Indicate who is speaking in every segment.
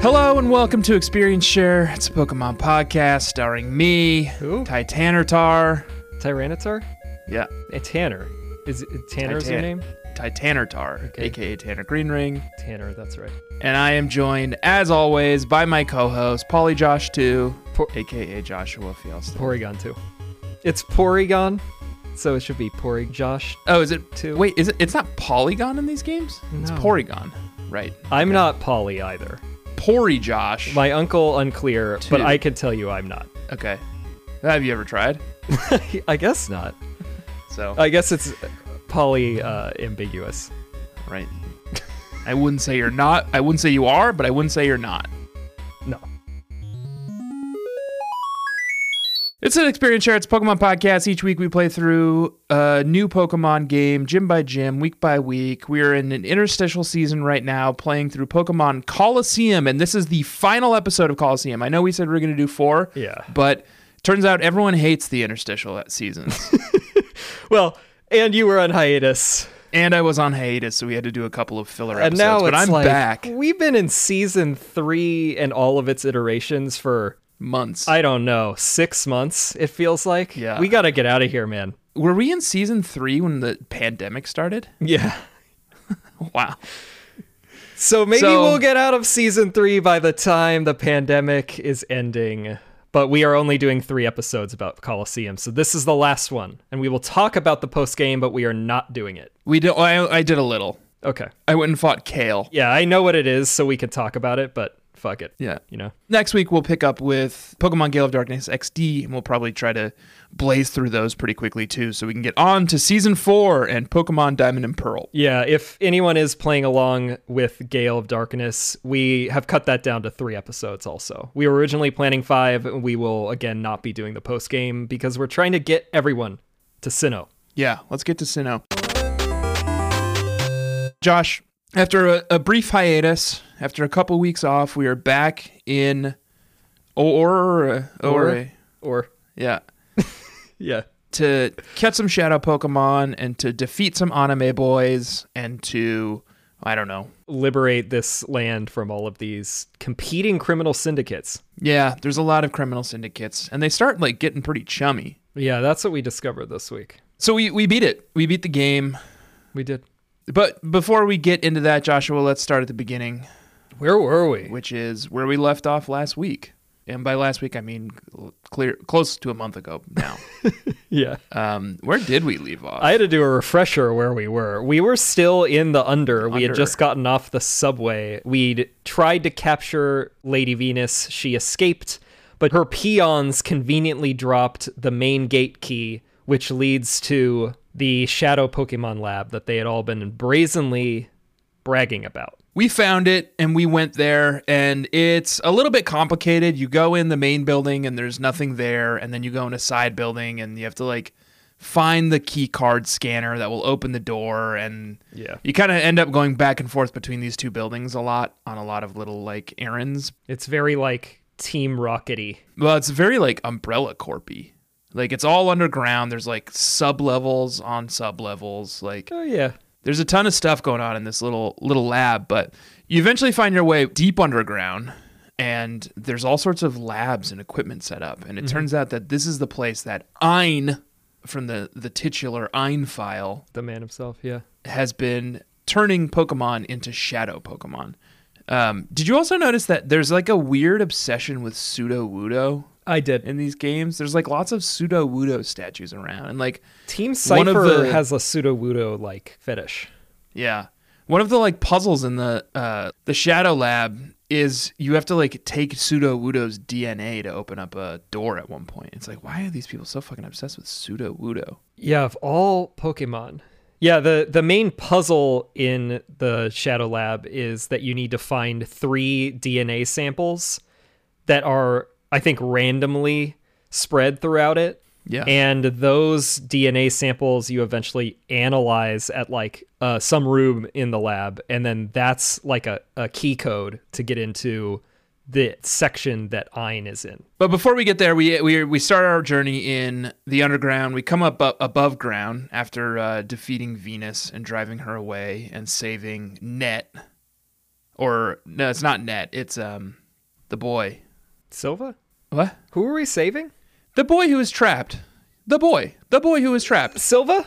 Speaker 1: Hello and welcome to Experience Share. It's a Pokemon podcast starring me,
Speaker 2: Who?
Speaker 1: Titanitar.
Speaker 2: Tyranitar?
Speaker 1: Yeah,
Speaker 2: Eh, Tanner. Is it Tanner's your
Speaker 1: Titan.
Speaker 2: name?
Speaker 1: Titanitar,
Speaker 2: Okay.
Speaker 1: aka Tanner Greenring.
Speaker 2: Tanner, that's right.
Speaker 1: And I am joined, as always, by my co host, Polyjosh2,
Speaker 2: Po-
Speaker 1: aka Joshua Fields.
Speaker 2: Porygon too. It's Porygon, so it should be Poryg Josh.
Speaker 1: Oh, is it.
Speaker 2: Two.
Speaker 1: Wait, is it, it's not Polygon in these games? It's
Speaker 2: No.
Speaker 1: Porygon, right?
Speaker 2: I'm not Polly either.
Speaker 1: Poryjosh.
Speaker 2: My uncle unclear, but
Speaker 1: Two.
Speaker 2: I can tell you I'm not.
Speaker 1: okay. Have you ever tried?
Speaker 2: I guess not.
Speaker 1: So,
Speaker 2: I guess it's Polly uh, ambiguous.
Speaker 1: right. I wouldn't say you're not. I wouldn't say you are, but I wouldn't say you're not.
Speaker 2: No.
Speaker 1: It's an experience share. It's a Pokemon podcast. Each week we play through a new Pokemon game, gym by gym, week by week. We are in an interstitial season right now, playing through Pokemon Coliseum, and this is the final episode of Coliseum. I know we said we are going to do four,
Speaker 2: Yeah.
Speaker 1: but turns out everyone hates the interstitial seasons.
Speaker 2: Well, and you were on hiatus.
Speaker 1: and I was on hiatus, so we had to do a couple of filler
Speaker 2: and
Speaker 1: episodes.
Speaker 2: now
Speaker 1: but
Speaker 2: it's
Speaker 1: I'm
Speaker 2: like
Speaker 1: back
Speaker 2: we've been in season three and all of its iterations for
Speaker 1: months.
Speaker 2: I don't know six months. It feels like
Speaker 1: Yeah.
Speaker 2: we gotta get out of here, man.
Speaker 1: Were we in season three when the pandemic started?
Speaker 2: Yeah.
Speaker 1: Wow.
Speaker 2: So maybe
Speaker 1: So-
Speaker 2: we'll get out of season three by the time the pandemic is ending. But we are only doing three episodes about Coliseum, so this is the last one, and we will talk about the post game, but we are not doing it.
Speaker 1: We did. I, I did a little.
Speaker 2: Okay.
Speaker 1: I went and fought Kale.
Speaker 2: Yeah, I know what it is, so we can talk about it, but fuck it.
Speaker 1: Yeah.
Speaker 2: You know.
Speaker 1: Next week we'll pick up with Pokemon Gale of Darkness XD, and we'll probably try to blaze through those pretty quickly too, so we can get on to season four and Pokemon Diamond and Pearl.
Speaker 2: Yeah, if anyone is playing along with Gale of Darkness, we have cut that down to three episodes also. We were originally planning five. and We will, again, not be doing the post game because we're trying to get everyone to Sinnoh.
Speaker 1: Yeah, let's get to Sinnoh. Josh, after a, a brief hiatus, after a couple weeks off, we are back in or or
Speaker 2: Or- Or,
Speaker 1: yeah
Speaker 2: yeah.
Speaker 1: to catch some shadow Pokemon and to defeat some anime boys and to I don't know
Speaker 2: Liberate this land from all of these competing criminal syndicates.
Speaker 1: Yeah, there's a lot of criminal syndicates, and they start like getting pretty chummy.
Speaker 2: Yeah, that's what we discovered this week.
Speaker 1: So we we beat it. We beat the game.
Speaker 2: We did.
Speaker 1: But before we get into that, Joshua, let's start at the beginning,
Speaker 2: Where were we?
Speaker 1: which is where we left off last week. And by last week, I mean cl- clear close to a month ago now.
Speaker 2: Yeah.
Speaker 1: um, where did we leave off?
Speaker 2: I had to do a refresher where we were. We were still in the under. We had
Speaker 1: Under.
Speaker 2: just gotten off the subway. We'd tried to capture Lady Venus. She escaped, but her peons conveniently dropped the main gate key, which leads to the shadow Pokemon lab that they had all been brazenly bragging about.
Speaker 1: we found it and we went there and it's a little bit complicated you go in the main building and there's nothing there and then you go in a side building and you have to like find the key card scanner that will open the door and
Speaker 2: Yeah.
Speaker 1: you kind of end up going back and forth between these two buildings a lot on a lot of little like errands
Speaker 2: It's very like Team Rockety.
Speaker 1: well it's very like umbrella corpy like it's all underground there's like sub levels on sub levels like
Speaker 2: Oh, yeah.
Speaker 1: there's a ton of stuff going on in this little little lab, but you eventually find your way deep underground and there's all sorts of labs and equipment set up. And it turns out that this is the place that Ein from the, the titular Ein file
Speaker 2: The man himself. Yeah.
Speaker 1: has been turning Pokemon into shadow Pokemon. Um, did you also notice that there's like a weird obsession with pseudo wudo
Speaker 2: I did.
Speaker 1: in these games? There's like lots of pseudo wudo statues around and like
Speaker 2: Team
Speaker 1: One of
Speaker 2: Cypher
Speaker 1: the-
Speaker 2: has a pseudo wudo like fetish.
Speaker 1: Yeah. One of the like puzzles in the uh the Shadow Lab is you have to like take pseudo Wudo's DNA to open up a door at one point. It's like why are these people so fucking obsessed with pseudo Wudo?
Speaker 2: Yeah, of all Pokemon. Yeah, the, the main puzzle in the Shadow Lab is that you need to find three DNA samples that are, I think, randomly spread throughout it.
Speaker 1: Yeah.
Speaker 2: And those DNA samples you eventually analyze at like uh, some room in the lab. And then that's like a, a key code to get into the section that Ein is in.
Speaker 1: But before we get there, we we we start our journey in the underground. We come up, up above ground after uh, defeating Venus and driving her away and saving Net, Or no, it's not Net. It's um the boy.
Speaker 2: Silva?
Speaker 1: What?
Speaker 2: Who are we saving?
Speaker 1: The boy who is trapped. The boy. The boy who is trapped.
Speaker 2: Silva?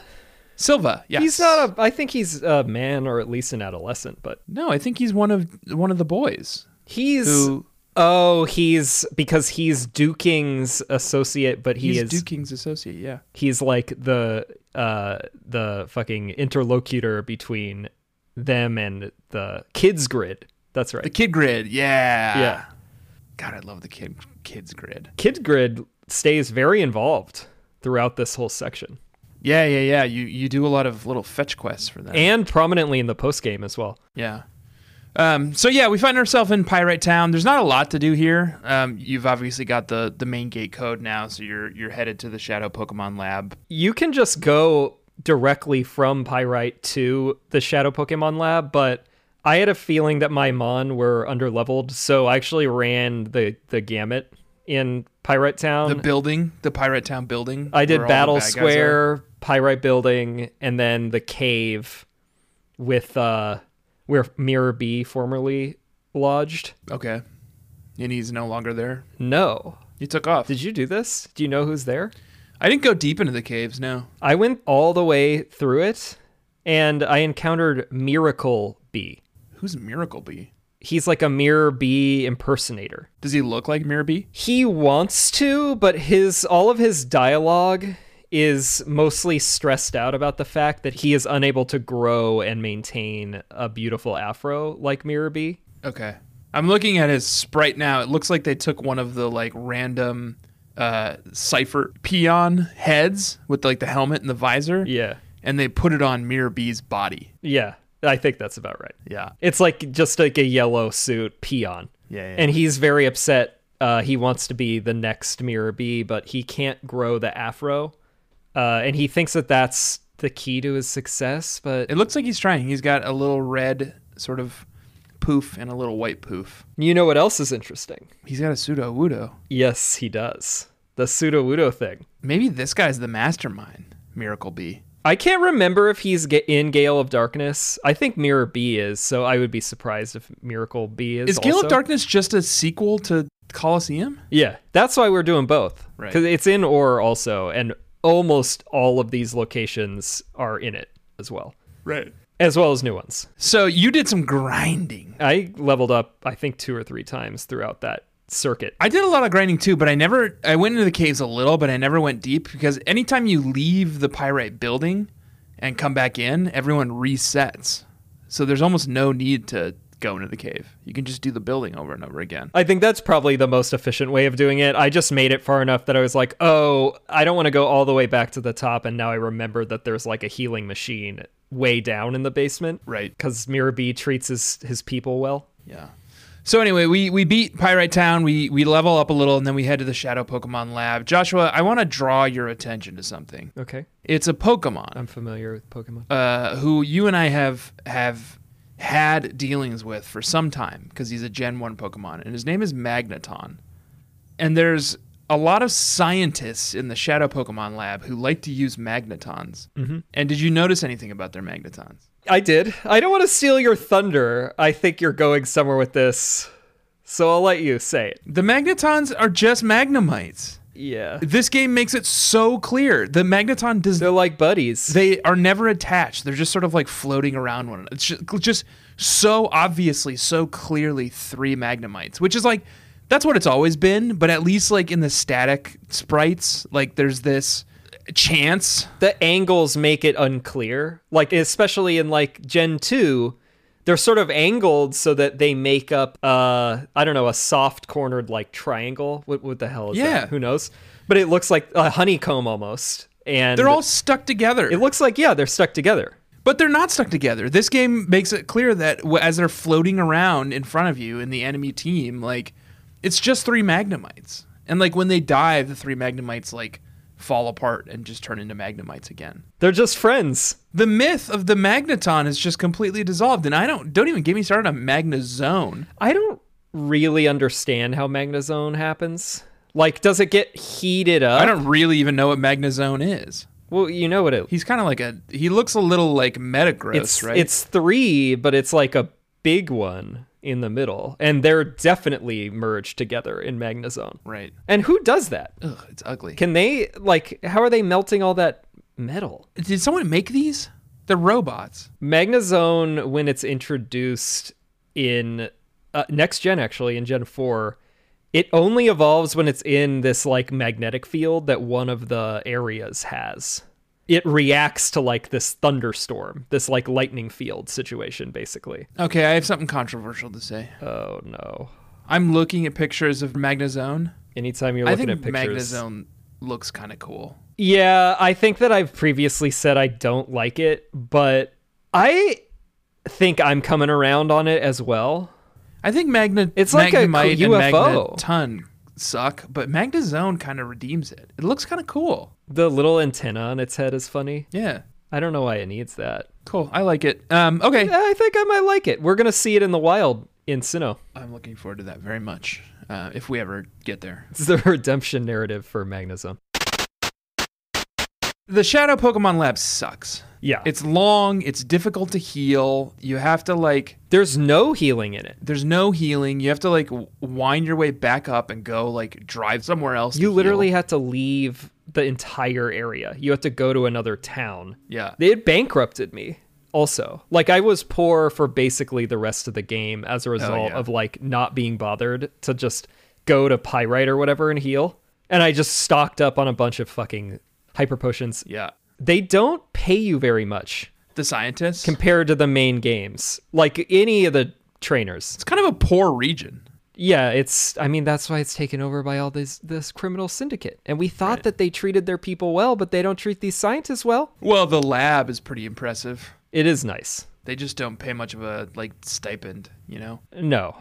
Speaker 1: Silva. Yes.
Speaker 2: He's not a I think he's a man or at least an adolescent, but
Speaker 1: No, I think he's one of one of the boys.
Speaker 2: he's
Speaker 1: Who-
Speaker 2: Oh, he's because he's Duking's associate, but he
Speaker 1: He's
Speaker 2: is
Speaker 1: Duking's associate. Yeah.
Speaker 2: he's like the uh the fucking interlocutor between them and the kids grid. That's right.
Speaker 1: The Kid Grid. Yeah.
Speaker 2: Yeah.
Speaker 1: God, I love the kid kids grid.
Speaker 2: Kid Grid stays very involved throughout this whole section
Speaker 1: Yeah, yeah, yeah. You you do a lot of little fetch quests for them.
Speaker 2: and prominently in the post game as well.
Speaker 1: Yeah. Um, so yeah, we find ourselves in Pirate Town. There's not a lot to do here. Um, you've obviously got the the main gate code now, so you're you're headed to the Shadow Pokemon Lab.
Speaker 2: You can just go directly from Pyrite to the Shadow Pokemon Lab, but I had a feeling that my Mon were underleveled, so I actually ran the, the gamut in Pyrite Town.
Speaker 1: The building, the Pirate Town building.
Speaker 2: Mm. I did
Speaker 1: where all the
Speaker 2: Battle
Speaker 1: bad guys are.
Speaker 2: Square, Pyrite Building, and then the cave with uh where Mirror B formerly lodged.
Speaker 1: Okay. And he's no longer there.
Speaker 2: No.
Speaker 1: He took off.
Speaker 2: Did you do this? Do you know who's there?
Speaker 1: I didn't go deep into the caves. No.
Speaker 2: I went all the way through it and I encountered Miracle B.
Speaker 1: Who's Miracle Bee?
Speaker 2: He's like a Mirror B impersonator.
Speaker 1: Does he look like Mirror Bee?
Speaker 2: He wants to, but his all of his dialogue is mostly stressed out about the fact that he is unable to grow and maintain a beautiful afro like Mirror B.
Speaker 1: Okay. I'm looking at his sprite now. It looks like they took one of the like random uh cipher peon heads with like the helmet and the visor
Speaker 2: Yeah.
Speaker 1: and they put it on Mirror B's body.
Speaker 2: Yeah. I think that's about right.
Speaker 1: Yeah.
Speaker 2: It's like just like a yellow suit peon.
Speaker 1: Yeah, yeah.
Speaker 2: And he's very upset. Uh, he wants to be the next Mirror B, but he can't grow the afro. Uh, and he thinks that that's the key to his success, but
Speaker 1: It looks like he's trying. He's got a little red sort of poof and a little white poof.
Speaker 2: you know what else is interesting?
Speaker 1: He's got a pseudo wudo.
Speaker 2: Yes, he does. The pseudo wudo thing.
Speaker 1: Maybe this guy's the mastermind, Miracle B.
Speaker 2: I can't remember if he's ga- in Gale of Darkness. I think Mirror B is, so I would be surprised if Miracle B is.
Speaker 1: Is Gale
Speaker 2: also.
Speaker 1: of Darkness just a sequel to Coliseum?
Speaker 2: Yeah, that's why we're doing both.
Speaker 1: Right.
Speaker 2: Because it's in Or also, and almost all of these locations are in it as well,
Speaker 1: Right.
Speaker 2: as well as new ones.
Speaker 1: So you did some grinding.
Speaker 2: I leveled up, I think, two or three times throughout that circuit.
Speaker 1: I did a lot of grinding too, but I never I went into the caves a little, but I never went deep because anytime you leave the pyrite building and come back in, everyone resets. So there's almost no need to go into the cave. You can just do the building over and over again.
Speaker 2: I think that's probably the most efficient way of doing it. I just made it far enough that I was like, oh, I don't want to go all the way back to the top. And now I remember that there's like a healing machine way down in the basement.
Speaker 1: Right.
Speaker 2: Because Mirabi treats his, his people well.
Speaker 1: Yeah. So anyway, we we beat Pyrite Town. We we level up a little, and then we head to the Shadow Pokemon Lab. Joshua, I want to draw your attention to something.
Speaker 2: Okay.
Speaker 1: It's a Pokemon
Speaker 2: I'm familiar with Pokemon.
Speaker 1: uh, who you and I have have had dealings with for some time because he's a Gen One Pokemon, and his name is Magneton. And there's a lot of scientists in the Shadow Pokemon Lab who like to use Magnetons. Mm-hmm. And did you notice anything about their Magnetons?
Speaker 2: I did. I don't want to steal your thunder. I think you're going somewhere with this. So I'll let you say it.
Speaker 1: The Magnetons are just Magnemites.
Speaker 2: Yeah.
Speaker 1: This game makes it so clear. The magneton does.
Speaker 2: They're like buddies.
Speaker 1: They are never attached. They're just sort of like floating around one. another. It's just, just so obviously, so clearly three magnemites, which is like that's what it's always been. But at least like in the static sprites, like there's this chance.
Speaker 2: the angles make it unclear. Like especially in like Gen 2, they're sort of angled so that they make up uh I don't know, a soft cornered like triangle. What what the hell is
Speaker 1: Yeah.
Speaker 2: that? Who knows? But it looks like a honeycomb almost. And
Speaker 1: They're all stuck together.
Speaker 2: it looks like yeah, they're stuck together.
Speaker 1: But they're not stuck together. This game makes it clear that w- as they're floating around in front of you in the enemy team, like it's just three magnemites. And like when they die, the three magnemites like fall apart and just turn into magnemites again.
Speaker 2: They're just friends.
Speaker 1: The myth of the magneton is just completely dissolved and I don't don't even get me started on magnezone.
Speaker 2: I don't really understand how magnezone happens. Like does it get heated up?
Speaker 1: I don't really even know what magnezone is.
Speaker 2: well, you know what it
Speaker 1: He's kind of like a he looks a little like Metagross,
Speaker 2: it's
Speaker 1: right?
Speaker 2: it's 3, but it's like a big one. in the middle. And they're definitely merged together in Magnazone.
Speaker 1: Right.
Speaker 2: And who does that?
Speaker 1: Ugh, it's ugly.
Speaker 2: Can they like how are they melting all that metal?
Speaker 1: Did someone make these? They're robots.
Speaker 2: Magnazone, when it's introduced in uh, next gen, actually in Gen four, it only evolves when it's in this like magnetic field that one of the areas has. It reacts to like this thunderstorm, this like lightning field situation, basically.
Speaker 1: Okay, I have something controversial to say.
Speaker 2: Oh no!
Speaker 1: I'm looking at pictures of Magnazone.
Speaker 2: Anytime you're
Speaker 1: I
Speaker 2: looking
Speaker 1: think
Speaker 2: at pictures,
Speaker 1: Magnazone looks kind of cool.
Speaker 2: Yeah, I think that I've previously said I don't like it, but I think I'm coming around on it as well.
Speaker 1: I think Magna.
Speaker 2: It's like a
Speaker 1: Magnemite
Speaker 2: cool
Speaker 1: and
Speaker 2: UFO.
Speaker 1: Magneton suck, but Magnazone kind of redeems it. It looks kind of cool.
Speaker 2: The little antenna on its head is funny.
Speaker 1: Yeah,
Speaker 2: I don't know why it needs that.
Speaker 1: cool. I like it. Um, okay,
Speaker 2: Yeah, I think I might like it. We're gonna see it in the wild in Sinnoh.
Speaker 1: I'm looking forward to that very much. Uh, if we ever get there,
Speaker 2: It's the redemption narrative for Magnazone.
Speaker 1: the Shadow Pokemon Lab sucks.
Speaker 2: Yeah, it's
Speaker 1: It's long. It's difficult to heal. You have to like.
Speaker 2: there's no healing in it.
Speaker 1: There's no healing. You have to like w- wind your way back up and go like drive somewhere else. to
Speaker 2: You
Speaker 1: heal.
Speaker 2: literally have to leave the entire area. You have to go to another town.
Speaker 1: Yeah.
Speaker 2: They had bankrupted me also. Like I was poor for basically the rest of the game as a result
Speaker 1: yeah.
Speaker 2: of like not being bothered to just go to Pyrite or whatever and heal. And I just stocked up on a bunch of fucking hyper potions.
Speaker 1: Yeah.
Speaker 2: They don't pay you very much
Speaker 1: The scientists.
Speaker 2: compared to the main games. Like any of the trainers.
Speaker 1: it's kind of a poor region.
Speaker 2: Yeah, it's I mean that's why it's taken over by all this this criminal syndicate. And we thought that they treated their people well, but they don't treat these scientists well.
Speaker 1: Well, the lab is pretty impressive.
Speaker 2: It is nice.
Speaker 1: They just don't pay much of a like stipend, you know.
Speaker 2: No.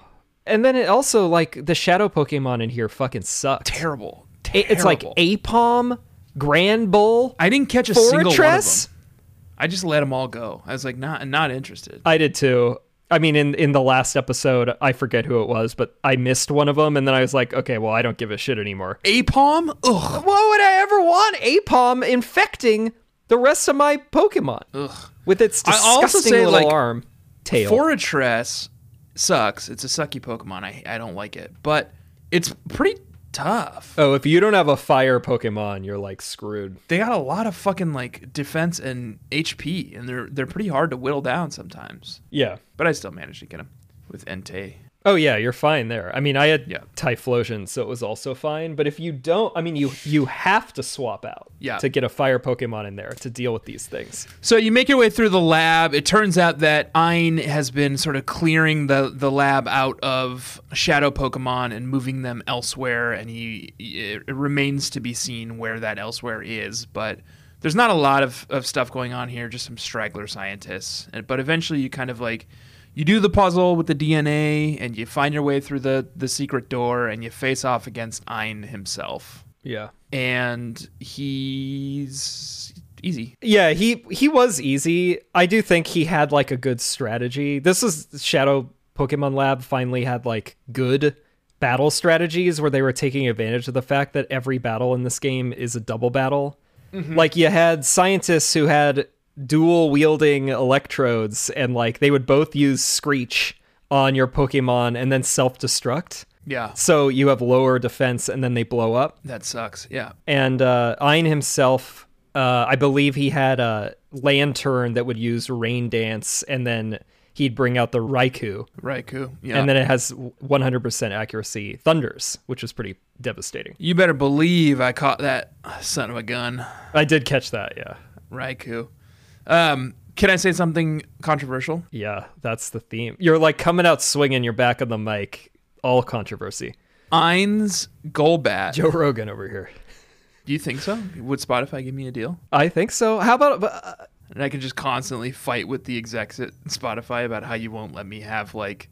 Speaker 2: And then it also like the shadow Pokemon in here fucking sucks.
Speaker 1: Terrible. Terrible.
Speaker 2: It's like Apom, Grand Bull,
Speaker 1: I didn't catch a single one of
Speaker 2: Fortress.
Speaker 1: them. I just let them all go. I was like, not not interested.
Speaker 2: I did too. I mean, in in the last episode, I forget who it was, but I missed one of them, and then I was like, okay, well, I don't give a shit anymore.
Speaker 1: Apom? Ugh.
Speaker 2: Why would I ever want Apom infecting the rest of my Pokemon
Speaker 1: Ugh.
Speaker 2: with its
Speaker 1: I
Speaker 2: disgusting
Speaker 1: also say,
Speaker 2: little
Speaker 1: like,
Speaker 2: arm tail?
Speaker 1: Fortress sucks. It's a sucky Pokemon. I I don't like it, but it's pretty tough.
Speaker 2: oh, if you don't have a fire Pokemon, you're like screwed.
Speaker 1: They got a lot of fucking like defense and HP, and they're they're pretty hard to whittle down sometimes.
Speaker 2: Yeah.
Speaker 1: But I still managed to get them with Entei.
Speaker 2: Oh yeah, you're fine there. I mean, I had
Speaker 1: Yeah.
Speaker 2: Typhlosion, so it was also fine. But if you don't, I mean, you you have to swap out
Speaker 1: Yeah.
Speaker 2: to get a fire Pokemon in there to deal with these things.
Speaker 1: So you make your way through the lab. It turns out that Ein has been sort of clearing the, the lab out of shadow Pokemon and moving them elsewhere, and he it remains to be seen where that elsewhere is. But there's not a lot of, of stuff going on here, just some straggler scientists. And- But eventually, you kind of like you do the puzzle with the DNA, and you find your way through the the secret door, and you face off against Ein himself,
Speaker 2: Yeah.
Speaker 1: and he's easy.
Speaker 2: Yeah, he he was easy. I do think he had like a good strategy. This is Shadow Pokemon Lab finally had like good battle strategies where they were taking advantage of the fact that every battle in this game is a double battle. Like you had scientists who had dual wielding electrodes and like they would both use screech on your Pokemon and then self-destruct.
Speaker 1: Yeah.
Speaker 2: So you have lower defense and then they blow up
Speaker 1: That sucks. Yeah.
Speaker 2: and uh, Ein himself, uh, I believe he had a lantern that would use rain dance, and then he'd bring out the Raikou,
Speaker 1: Raikou. Yeah.
Speaker 2: and then it has 100% accuracy thunders, which is pretty devastating.
Speaker 1: you better believe I caught that son of a gun,
Speaker 2: I did catch that, yeah,
Speaker 1: Raikou. Um, can I say something controversial?
Speaker 2: yeah, that's the theme. You're like coming out swinging, you're back on the mic, all controversy.
Speaker 1: Ein's Golbat.
Speaker 2: Joe Rogan over here.
Speaker 1: Do you think so? Would Spotify give me a deal?
Speaker 2: I think so. How about uh,
Speaker 1: And I can just constantly fight with the execs at Spotify about how you won't let me have like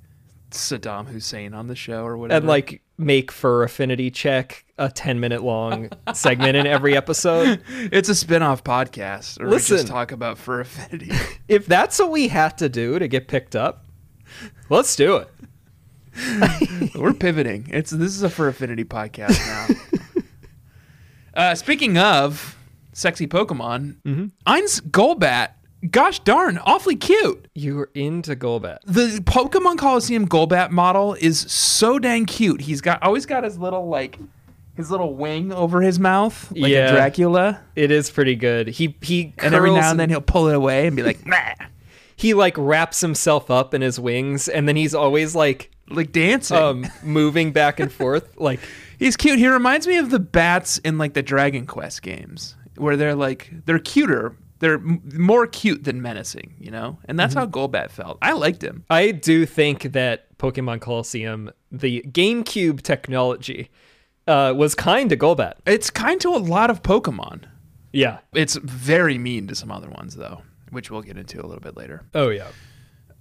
Speaker 1: Saddam Hussein on the show or whatever.
Speaker 2: and like make fur affinity check a 10 minute long segment in every episode?
Speaker 1: it's a spin-off podcast, or we
Speaker 2: Listen.
Speaker 1: just talk about fur affinity.
Speaker 2: if that's what we had to do to get picked up, let's do it.
Speaker 1: We're pivoting. It's this is a for affinity podcast now.
Speaker 2: Mm-hmm.
Speaker 1: uh, speaking of sexy Pokemon, Ein's Golbat gosh darn, awfully cute.
Speaker 2: You're into Golbat.
Speaker 1: The Pokemon Coliseum Golbat model is so dang cute. He's got always got his little like his little wing over his mouth, like
Speaker 2: Yeah.
Speaker 1: a Dracula.
Speaker 2: It is pretty good. He he
Speaker 1: And every
Speaker 2: curls-
Speaker 1: now and then he'll pull it away and be like, nah.
Speaker 2: he like wraps himself up in his wings, and then he's always like
Speaker 1: Like dancing.
Speaker 2: um moving back and forth. Like
Speaker 1: He's cute. He reminds me of the bats in like the Dragon Quest games, where they're like they're cuter, they're m- more cute than menacing, you know. And that's how Golbat felt. I liked him.
Speaker 2: I do think that Pokemon Coliseum, the GameCube technology, uh, was kind to Golbat.
Speaker 1: It's kind to a lot of Pokemon.
Speaker 2: Yeah.
Speaker 1: It's very mean to some other ones though, which we'll get into a little bit later.
Speaker 2: Oh yeah.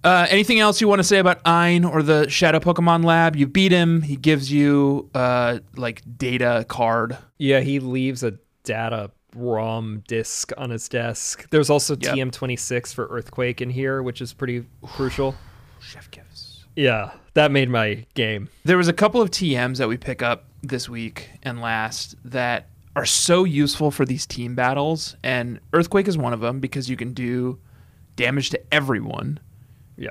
Speaker 1: Uh, anything else you want to say about Ein or the Shadow Pokemon Lab? You beat him. He gives you uh, like data card.
Speaker 2: Yeah, he leaves a data ROM disk on his desk. There's also
Speaker 1: Yep.
Speaker 2: TM26 for Earthquake in here, which is pretty crucial.
Speaker 1: Chef gives.
Speaker 2: Yeah, that made my game.
Speaker 1: There was a couple of TMs that we pick up this week and last that are so useful for these team battles, and Earthquake is one of them because you can do damage to everyone.
Speaker 2: Yeah.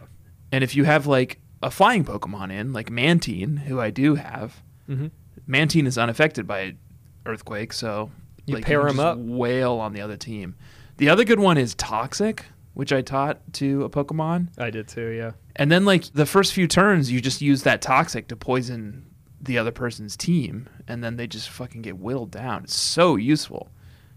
Speaker 1: And if you have like a flying Pokemon in, like Mantine, who I do have,
Speaker 2: Mhm.
Speaker 1: Mantine is unaffected by Earthquake, so
Speaker 2: You
Speaker 1: like,
Speaker 2: pair
Speaker 1: can
Speaker 2: 'em
Speaker 1: just
Speaker 2: up.
Speaker 1: Wail on the other team. The other good one is Toxic, which I taught to a Pokemon.
Speaker 2: I did too, yeah.
Speaker 1: And then like the first few turns, you just use that toxic to poison the other person's team, and then they just fucking get whittled down. It's so useful.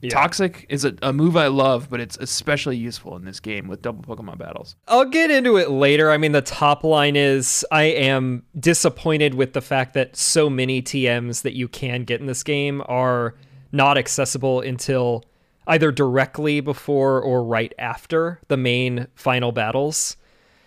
Speaker 2: Yeah.
Speaker 1: Toxic is a, a move I love, but it's especially useful in this game with double Pokemon battles.
Speaker 2: I'll get into it later. I mean, the top line is I am disappointed with the fact that so many TMs that you can get in this game are not accessible until either directly before or right after the main final battles.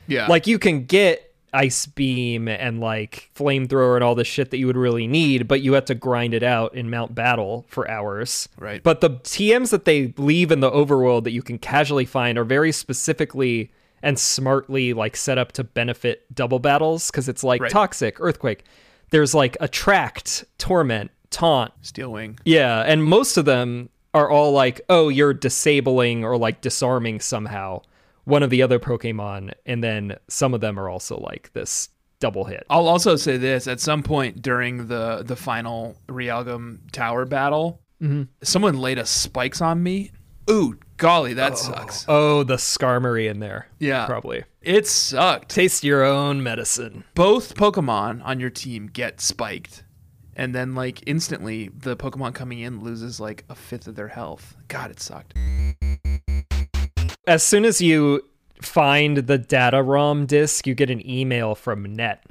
Speaker 1: Yeah,
Speaker 2: Like, you can get Ice Beam and like Flamethrower and all this shit that you would really need, but you have to grind it out in Mount Battle for hours.
Speaker 1: Right.
Speaker 2: But the TMs that they leave in the overworld that you can casually find are very specifically and smartly like set up to benefit double battles because it's like
Speaker 1: Right.
Speaker 2: toxic, earthquake. There's like attract, torment, taunt,
Speaker 1: Steel Wing.
Speaker 2: yeah, and most of them are all like, "Oh, you're disabling or like disarming somehow one of the other Pokemon," and then some of them are also like this double hit.
Speaker 1: I'll also say this: at some point during the the final Realgum Tower battle,
Speaker 2: Mm-hmm.
Speaker 1: someone laid a spikes on me. Ooh, golly, that sucks.
Speaker 2: Oh, the Skarmory in there.
Speaker 1: Yeah.
Speaker 2: probably.
Speaker 1: It sucked.
Speaker 2: Taste your own medicine.
Speaker 1: both Pokemon on your team get spiked, and then like instantly the Pokemon coming in loses like a fifth of their health. God, it sucked.
Speaker 2: As soon as you find the data ROM disk, you get an email from Net.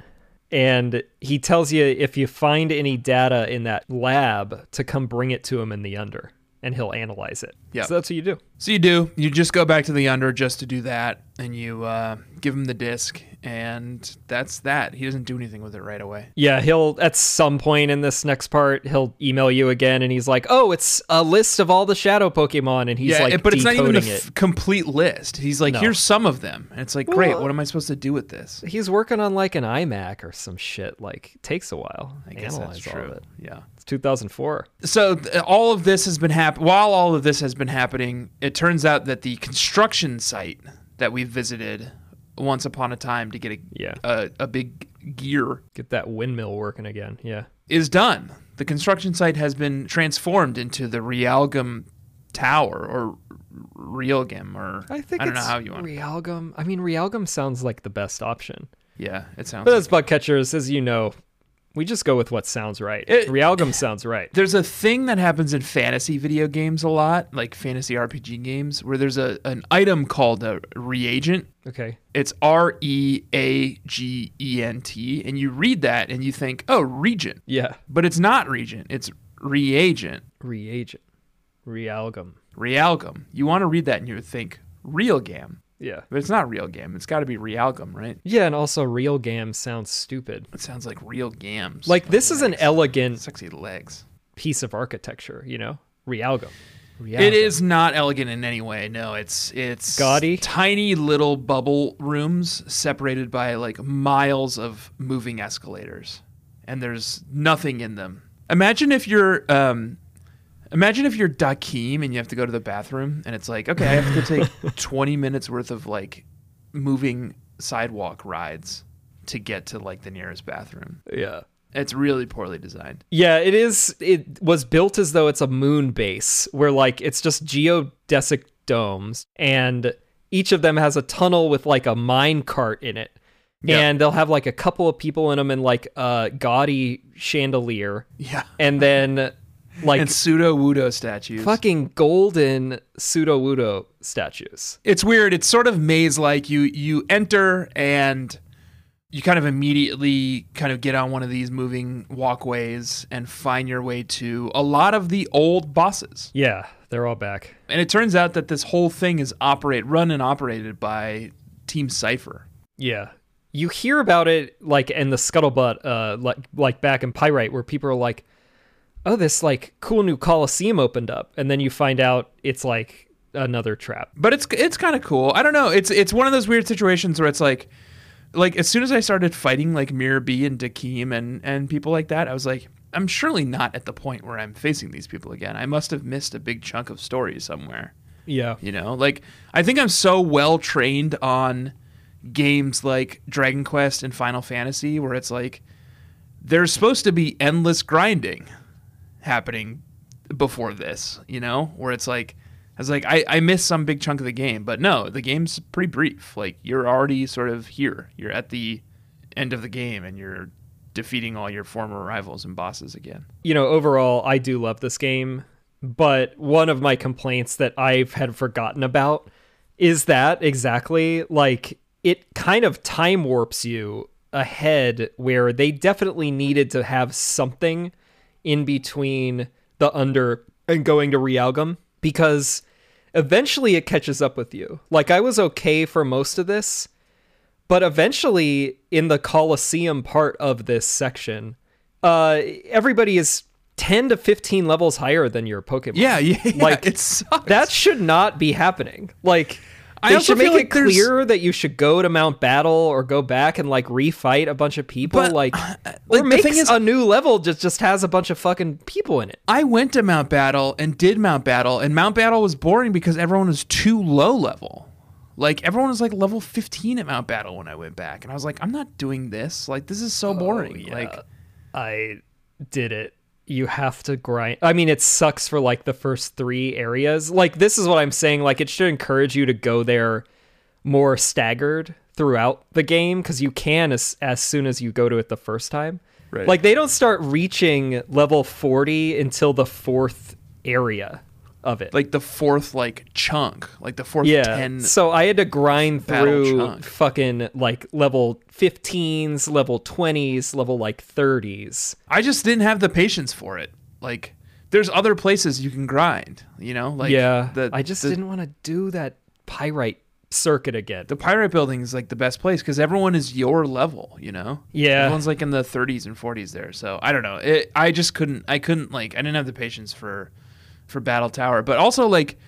Speaker 2: And he tells you if you find any data in that lab to come bring it to him in the under and he'll analyze it.
Speaker 1: Yeah.
Speaker 2: So that's what you do.
Speaker 1: So you do. You just go back to the under just to do that, and you uh, give him the disc, and that's that. He doesn't do anything with it right away.
Speaker 2: Yeah, he'll at some point in this next part he'll email you again, and he's like, "Oh, it's a list of all the shadow Pokemon," and he's
Speaker 1: yeah,
Speaker 2: like,
Speaker 1: it- but it's not even the
Speaker 2: decoding
Speaker 1: f- complete list. He's like,
Speaker 2: No.
Speaker 1: here's some of them, and it's like, great. What am I supposed to do with this?
Speaker 2: it. He's working on like an iMac or some shit. Like takes a while.
Speaker 1: I guess
Speaker 2: Analyze
Speaker 1: that's
Speaker 2: all
Speaker 1: true.
Speaker 2: of it.
Speaker 1: Yeah.
Speaker 2: It's 2004.
Speaker 1: so th- all of this has been hap- while all of this has been happening it turns out that the construction site that we visited once upon a time to get a,
Speaker 2: Yeah.
Speaker 1: a, a big gear
Speaker 2: Get that windmill working again. Yeah.
Speaker 1: is done the construction site has been transformed into the realgum tower or realgum or
Speaker 2: I think
Speaker 1: don't
Speaker 2: it's
Speaker 1: know how you want to
Speaker 2: Realgum. I mean, Realgum sounds like the best option.
Speaker 1: yeah it sounds
Speaker 2: But as bug catchers, as you know, we just go with what sounds right.
Speaker 1: It-
Speaker 2: Realgum sounds right.
Speaker 1: there's a thing that happens in fantasy video games a lot like fantasy rpg games where there's a an item called a reagent
Speaker 2: Okay.
Speaker 1: It's R E A G E N T. And you read that and you think, oh, regent.
Speaker 2: Yeah.
Speaker 1: But it's not regent, it's reagent,
Speaker 2: Reagent. Realgum.
Speaker 1: realgum. You want to read that and you would think realgam.
Speaker 2: Yeah.
Speaker 1: But it's not realgam. It's got to be realgum, right?
Speaker 2: Yeah, and also real gam sounds stupid.
Speaker 1: It sounds like real gams.
Speaker 2: Like this is an elegant
Speaker 1: sexy legs.
Speaker 2: piece of architecture, you know? Realgum. Realgum.
Speaker 1: It is not elegant in any way. No, it's it's
Speaker 2: Gaudy?
Speaker 1: tiny little bubble rooms separated by like miles of moving escalators, and there's nothing in them. Imagine if you're um, Imagine if you're Dakim and you have to go to the bathroom and it's like, okay, I have to take 20 minutes worth of like moving sidewalk rides to get to like the nearest bathroom.
Speaker 2: Yeah.
Speaker 1: It's really poorly designed.
Speaker 2: Yeah, it is. It was built as though it's a moon base where, like, it's just geodesic domes, and each of them has a tunnel with, like, a mine cart in it.
Speaker 1: Yeah.
Speaker 2: And they'll have, like, a couple of people in them and, like, a gaudy chandelier.
Speaker 1: Yeah.
Speaker 2: And then, like,
Speaker 1: And pseudo wudo statues.
Speaker 2: fucking golden pseudo wudo statues.
Speaker 1: It's weird. It's sort of maze like you you enter and you kind of immediately kind of get on one of these moving walkways and find your way to a lot of the old bosses.
Speaker 2: Yeah, they're all back.
Speaker 1: And it turns out that this whole thing is operate run and operated by Team Cipher.
Speaker 2: Yeah. You hear about it like in the scuttlebutt uh like like back in Pyrite where people are like, "Oh, this like cool new coliseum opened up." And then you find out it's like another trap.
Speaker 1: But it's it's kind of cool. I don't know. It's it's one of those weird situations where it's like like as soon as I started fighting like Mirror B and Dakim and and people like that, I was like I'm surely not at the point where I'm facing these people again. I must have missed a big chunk of story somewhere.
Speaker 2: Yeah.
Speaker 1: You know, like I think I'm so well trained on games like Dragon Quest and Final Fantasy where it's like there's supposed to be endless grinding happening before this, you know? Where it's like I was like, I, I missed some big chunk of the game, but no, the game's pretty brief. Like you're already sort of here. You're at the end of the game and you're defeating all your former rivals and bosses again.
Speaker 2: You know, overall I do love this game, but one of my complaints that I've had forgotten about is that exactly like it kind of time warps you ahead where they definitely needed to have something in between the under and going to Realgum because eventually it catches up with you. Like I was okay for most of this, but eventually in the Colosseum part of this section, uh everybody is 10 to 15 levels higher than your Pokemon.
Speaker 1: Yeah, yeah.
Speaker 2: Like,
Speaker 1: it sucks.
Speaker 2: That should not be happening. Like
Speaker 1: I
Speaker 2: they
Speaker 1: also
Speaker 2: should make
Speaker 1: feel
Speaker 2: it
Speaker 1: like there's-
Speaker 2: clear that you should go to Mount Battle or go back and like refight a bunch of people.
Speaker 1: But, uh,
Speaker 2: like,
Speaker 1: like,
Speaker 2: or
Speaker 1: the
Speaker 2: make
Speaker 1: thing is-
Speaker 2: a new level just just has a bunch of fucking people in it.
Speaker 1: I went to Mount Battle and did Mount Battle, and Mount Battle was boring because everyone was too low level. Like everyone was like level 15 at Mount Battle when I went back, and I was like, I'm not doing this. Like this is so
Speaker 2: Oh,
Speaker 1: boring. Like
Speaker 2: I did it. You have to grind. I mean, it sucks for like the first three areas. Like this is what I'm saying. Like it should encourage you to go there more staggered throughout the game because you can as as soon as you go to it the first time.
Speaker 1: Right.
Speaker 2: Like they don't start reaching level 40 until the fourth area of it.
Speaker 1: like the fourth like chunk, like the fourth
Speaker 2: yeah.
Speaker 1: 10.
Speaker 2: so I had to grind
Speaker 1: battle
Speaker 2: through
Speaker 1: chunk.
Speaker 2: fucking like level 15s, level 20s, level like 30s.
Speaker 1: I just didn't have the patience for it. Like there's other places you can grind. You know, like
Speaker 2: yeah,
Speaker 1: the-
Speaker 2: I just
Speaker 1: the-
Speaker 2: didn't want to do that pyrite circuit again.
Speaker 1: The pirate building is like the best place because everyone is your level, you know.
Speaker 2: Yeah.
Speaker 1: everyone's like in the 30s and 40s there. So I don't know. It, I just couldn't. I couldn't like. I didn't have the patience for, for Battle Tower. But also like,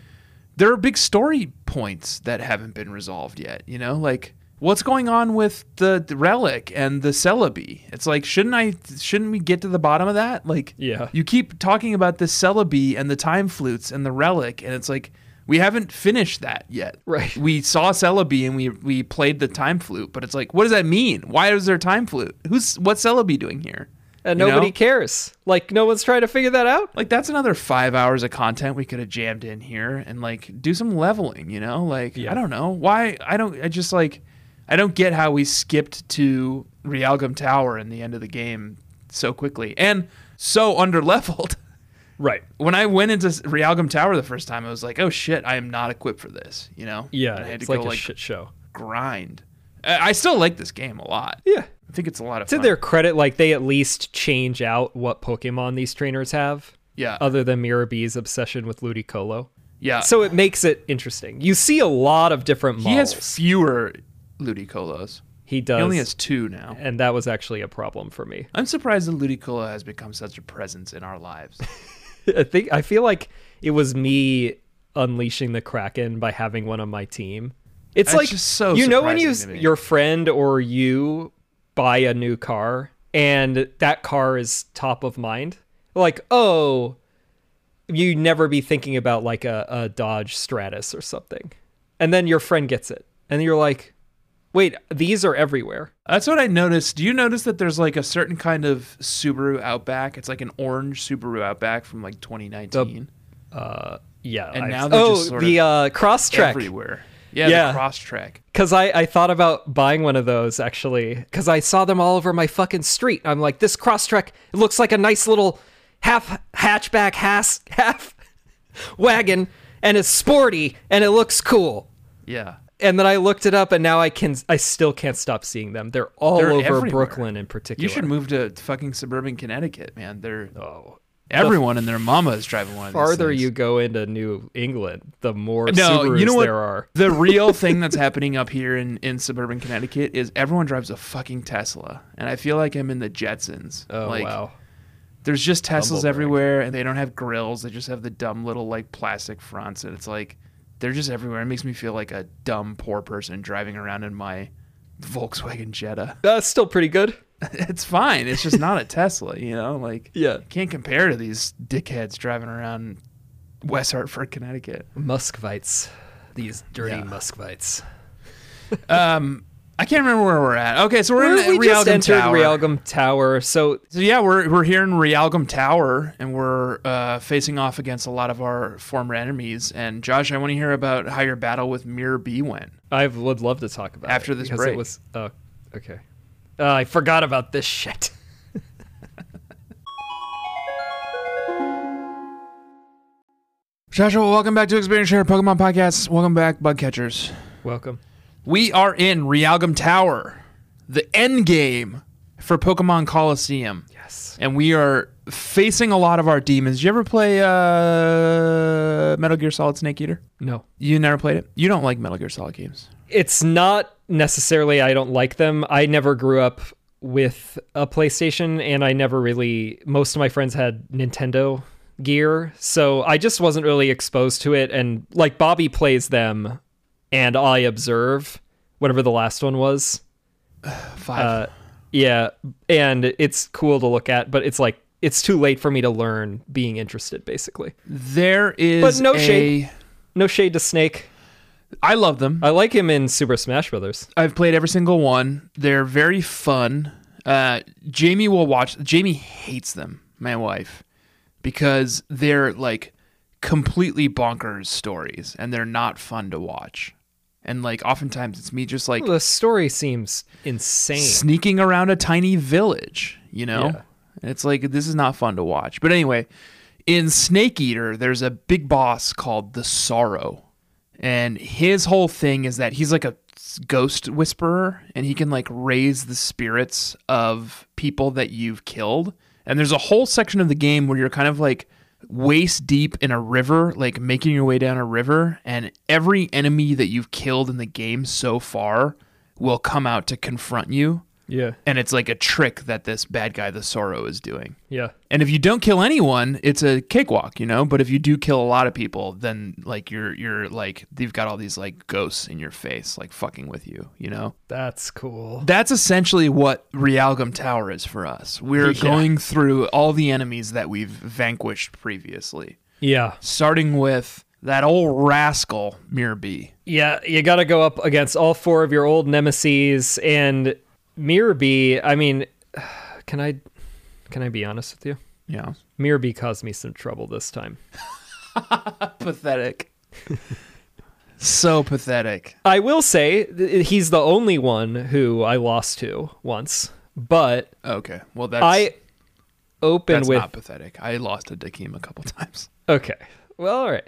Speaker 1: there are big story points that haven't been resolved yet. You know, like what's going on with the, the relic and the Celebi? It's like shouldn't I? Shouldn't we get to the bottom of that? Like,
Speaker 2: Yeah.
Speaker 1: you keep talking about the Celebi and the time flutes and the relic, and it's like we haven't finished that yet.
Speaker 2: Right.
Speaker 1: We saw Celebi and we we played the time flute, but it's like, what does that mean? Why is there time flute? Who's what's Celebi doing here?
Speaker 2: and
Speaker 1: You know?
Speaker 2: nobody cares. Like no one's trying to figure that out.
Speaker 1: Like that's another five hours of content we could have jammed in here and like do some leveling, you know? Like
Speaker 2: Yeah.
Speaker 1: I don't know why I don't I just like I don't get how we skipped to Realgum Tower in the end of the game so quickly and so under leveled.
Speaker 2: Right.
Speaker 1: when I went into Realgum Tower the first time, I was like, "Oh shit, I am not equipped for this," you know.
Speaker 2: Yeah,
Speaker 1: And I had
Speaker 2: it's
Speaker 1: to
Speaker 2: like
Speaker 1: go
Speaker 2: a
Speaker 1: like
Speaker 2: shit show.
Speaker 1: grind. I I still like this game a lot.
Speaker 2: Yeah.
Speaker 1: I think it's a lot of
Speaker 2: To
Speaker 1: fun.
Speaker 2: their credit, like they at least change out what Pokemon these trainers have,
Speaker 1: yeah,
Speaker 2: other than Mirabee's obsession with Ludicolo.
Speaker 1: yeah.
Speaker 2: So it makes it interesting. You see a lot of different
Speaker 1: Uh, he
Speaker 2: models.
Speaker 1: has fewer Ludicolos.
Speaker 2: He does.
Speaker 1: He only has two now.
Speaker 2: and that was actually a problem for me.
Speaker 1: I'm surprised that Ludicolo has become such a presence in our lives.
Speaker 2: I think I feel like it was me unleashing the Kraken by having one on my team. It's
Speaker 1: That's
Speaker 2: like
Speaker 1: just so
Speaker 2: you know when you
Speaker 1: surprising to me.
Speaker 2: your friend or you buy a new car and that car is top of mind. Like, oh, you never be thinking about like a, a Dodge Stratus or something. And then your friend gets it. And you're like, wait, these are everywhere.
Speaker 1: That's what I noticed. Do you notice that there's like a certain kind of Subaru Outback? It's like an orange Subaru Outback from like 2019
Speaker 2: Uh, yeah.
Speaker 1: And
Speaker 2: I've-
Speaker 1: now they're
Speaker 2: oh,
Speaker 1: just sort
Speaker 2: the uh, cross track.
Speaker 1: everywhere. Yeah,
Speaker 2: Yeah.
Speaker 1: the cross track.
Speaker 2: Because I, I thought about buying one of those actually, because I saw them all over my fucking street. I'm like, this Crosstrek it looks like a nice little half hatchback, has, half wagon, and it's sporty and it looks cool.
Speaker 1: Yeah.
Speaker 2: And then I looked it up, and now I can I still can't stop seeing them. They're all
Speaker 1: They're
Speaker 2: over
Speaker 1: everywhere.
Speaker 2: Brooklyn in particular.
Speaker 1: You should move to fucking suburban Connecticut, man. They're
Speaker 2: Oh,
Speaker 1: everyone and their mama is driving one of these
Speaker 2: farther
Speaker 1: things.
Speaker 2: you go into New England, the more
Speaker 1: No,
Speaker 2: Subarus
Speaker 1: you know what?
Speaker 2: there are.
Speaker 1: the real thing that's happening up here in, in suburban Connecticut is everyone drives a fucking Tesla, and I feel like I'm in the Jetsons.
Speaker 2: Oh
Speaker 1: like,
Speaker 2: wow.
Speaker 1: There's just Teslas
Speaker 2: brag.
Speaker 1: everywhere, and they don't have grills. They just have the dumb little like plastic fronts, and it's like they're just everywhere. It makes me feel like a dumb poor person driving around in my Volkswagen Jetta.
Speaker 2: That's still pretty good.
Speaker 1: it's fine. It's just not a Tesla, you know. Like
Speaker 2: Yeah.
Speaker 1: can't compare to these dickheads driving around West Hartford, Connecticut.
Speaker 2: Muskvites. These dirty
Speaker 1: Yeah.
Speaker 2: muskvites.
Speaker 1: Um, I can't remember where we're at. Okay, so we're
Speaker 2: We're-
Speaker 1: in
Speaker 2: we
Speaker 1: Realgum
Speaker 2: just entered
Speaker 1: Tower.
Speaker 2: Realgum Tower. So
Speaker 1: So yeah, we're we're here in Realgum Tower, and we're uh, facing off against a lot of our former enemies. And Josh, I want to hear about how your battle with Mirror B went.
Speaker 2: I would love to talk about
Speaker 1: After
Speaker 2: it
Speaker 1: this
Speaker 2: because
Speaker 1: break.
Speaker 2: It was oh, okay. Uh, I forgot about this shit.
Speaker 1: Joshua, welcome back to Experience Share Pokemon Podcast. Welcome back, bug catchers.
Speaker 2: Welcome.
Speaker 1: We are in Realgum Tower, the end game for Pokemon Coliseum,
Speaker 2: Yes.
Speaker 1: and we are facing a lot of our demons. Did you ever play uh, Metal Gear Solid Snake Eater?
Speaker 2: No.
Speaker 1: You never played it. You don't like Metal Gear Solid games.
Speaker 2: It's not necessarily I don't like them. I never grew up with a PlayStation and I never really most of my friends had Nintendo gear. So I just wasn't really exposed to it and like Bobby plays them and I observe whatever the last one was.
Speaker 1: Five.
Speaker 2: Uh, yeah, and it's cool to look at, but it's like it's too late for me to learn being interested. Basically,
Speaker 1: there is
Speaker 2: but no
Speaker 1: a-
Speaker 2: shade. Uh, no shade to Snake.
Speaker 1: I love them.
Speaker 2: I like him in Super Smash Brothers.
Speaker 1: I've played every single one. They're very fun. Uh, Jamie will watch. Jamie hates them, my wife, because they're like completely bonkers stories, and they're not fun to watch. And like oftentimes, it's me just like
Speaker 2: The story seems insane.
Speaker 1: sneaking around a tiny village, you know?
Speaker 2: Yeah.
Speaker 1: And it's like, this is not fun to watch. But anyway, in Snake Eater, there's a big boss called the Sorrow. And his whole thing is that he's like a ghost whisperer and he can like raise the spirits of people that you've killed. And there's a whole section of the game where you're kind of like waist deep in a river, like making your way down a river, and every enemy that you've killed in the game so far will come out to confront you.
Speaker 2: Yeah,
Speaker 1: And it's like a trick that this bad guy, the Sorrow, is doing.
Speaker 2: yeah.
Speaker 1: And if you don't kill anyone, it's a cakewalk, you know. But if you do kill a lot of people, then like you're you're like they've got all these like ghosts in your face, like fucking with you, you know.
Speaker 2: That's cool.
Speaker 1: That's essentially what Realgum Tower is for us. We're
Speaker 2: Yeah.
Speaker 1: going through all the enemies that we've vanquished previously,
Speaker 2: Yeah,
Speaker 1: starting with that old rascal Mirby.
Speaker 2: yeah. You got to go up against all four of your old nemesis and Mirabee. I mean, can I can I be honest with you?
Speaker 1: Yeah,
Speaker 2: Mirabee caused me some trouble this time.
Speaker 1: pathetic. so pathetic.
Speaker 2: I will say th- he's the only one who I lost to once, but
Speaker 1: Okay, well that's
Speaker 2: I open
Speaker 1: that's
Speaker 2: with
Speaker 1: not pathetic. I lost to Dakim a couple times.
Speaker 2: okay. Well, all right.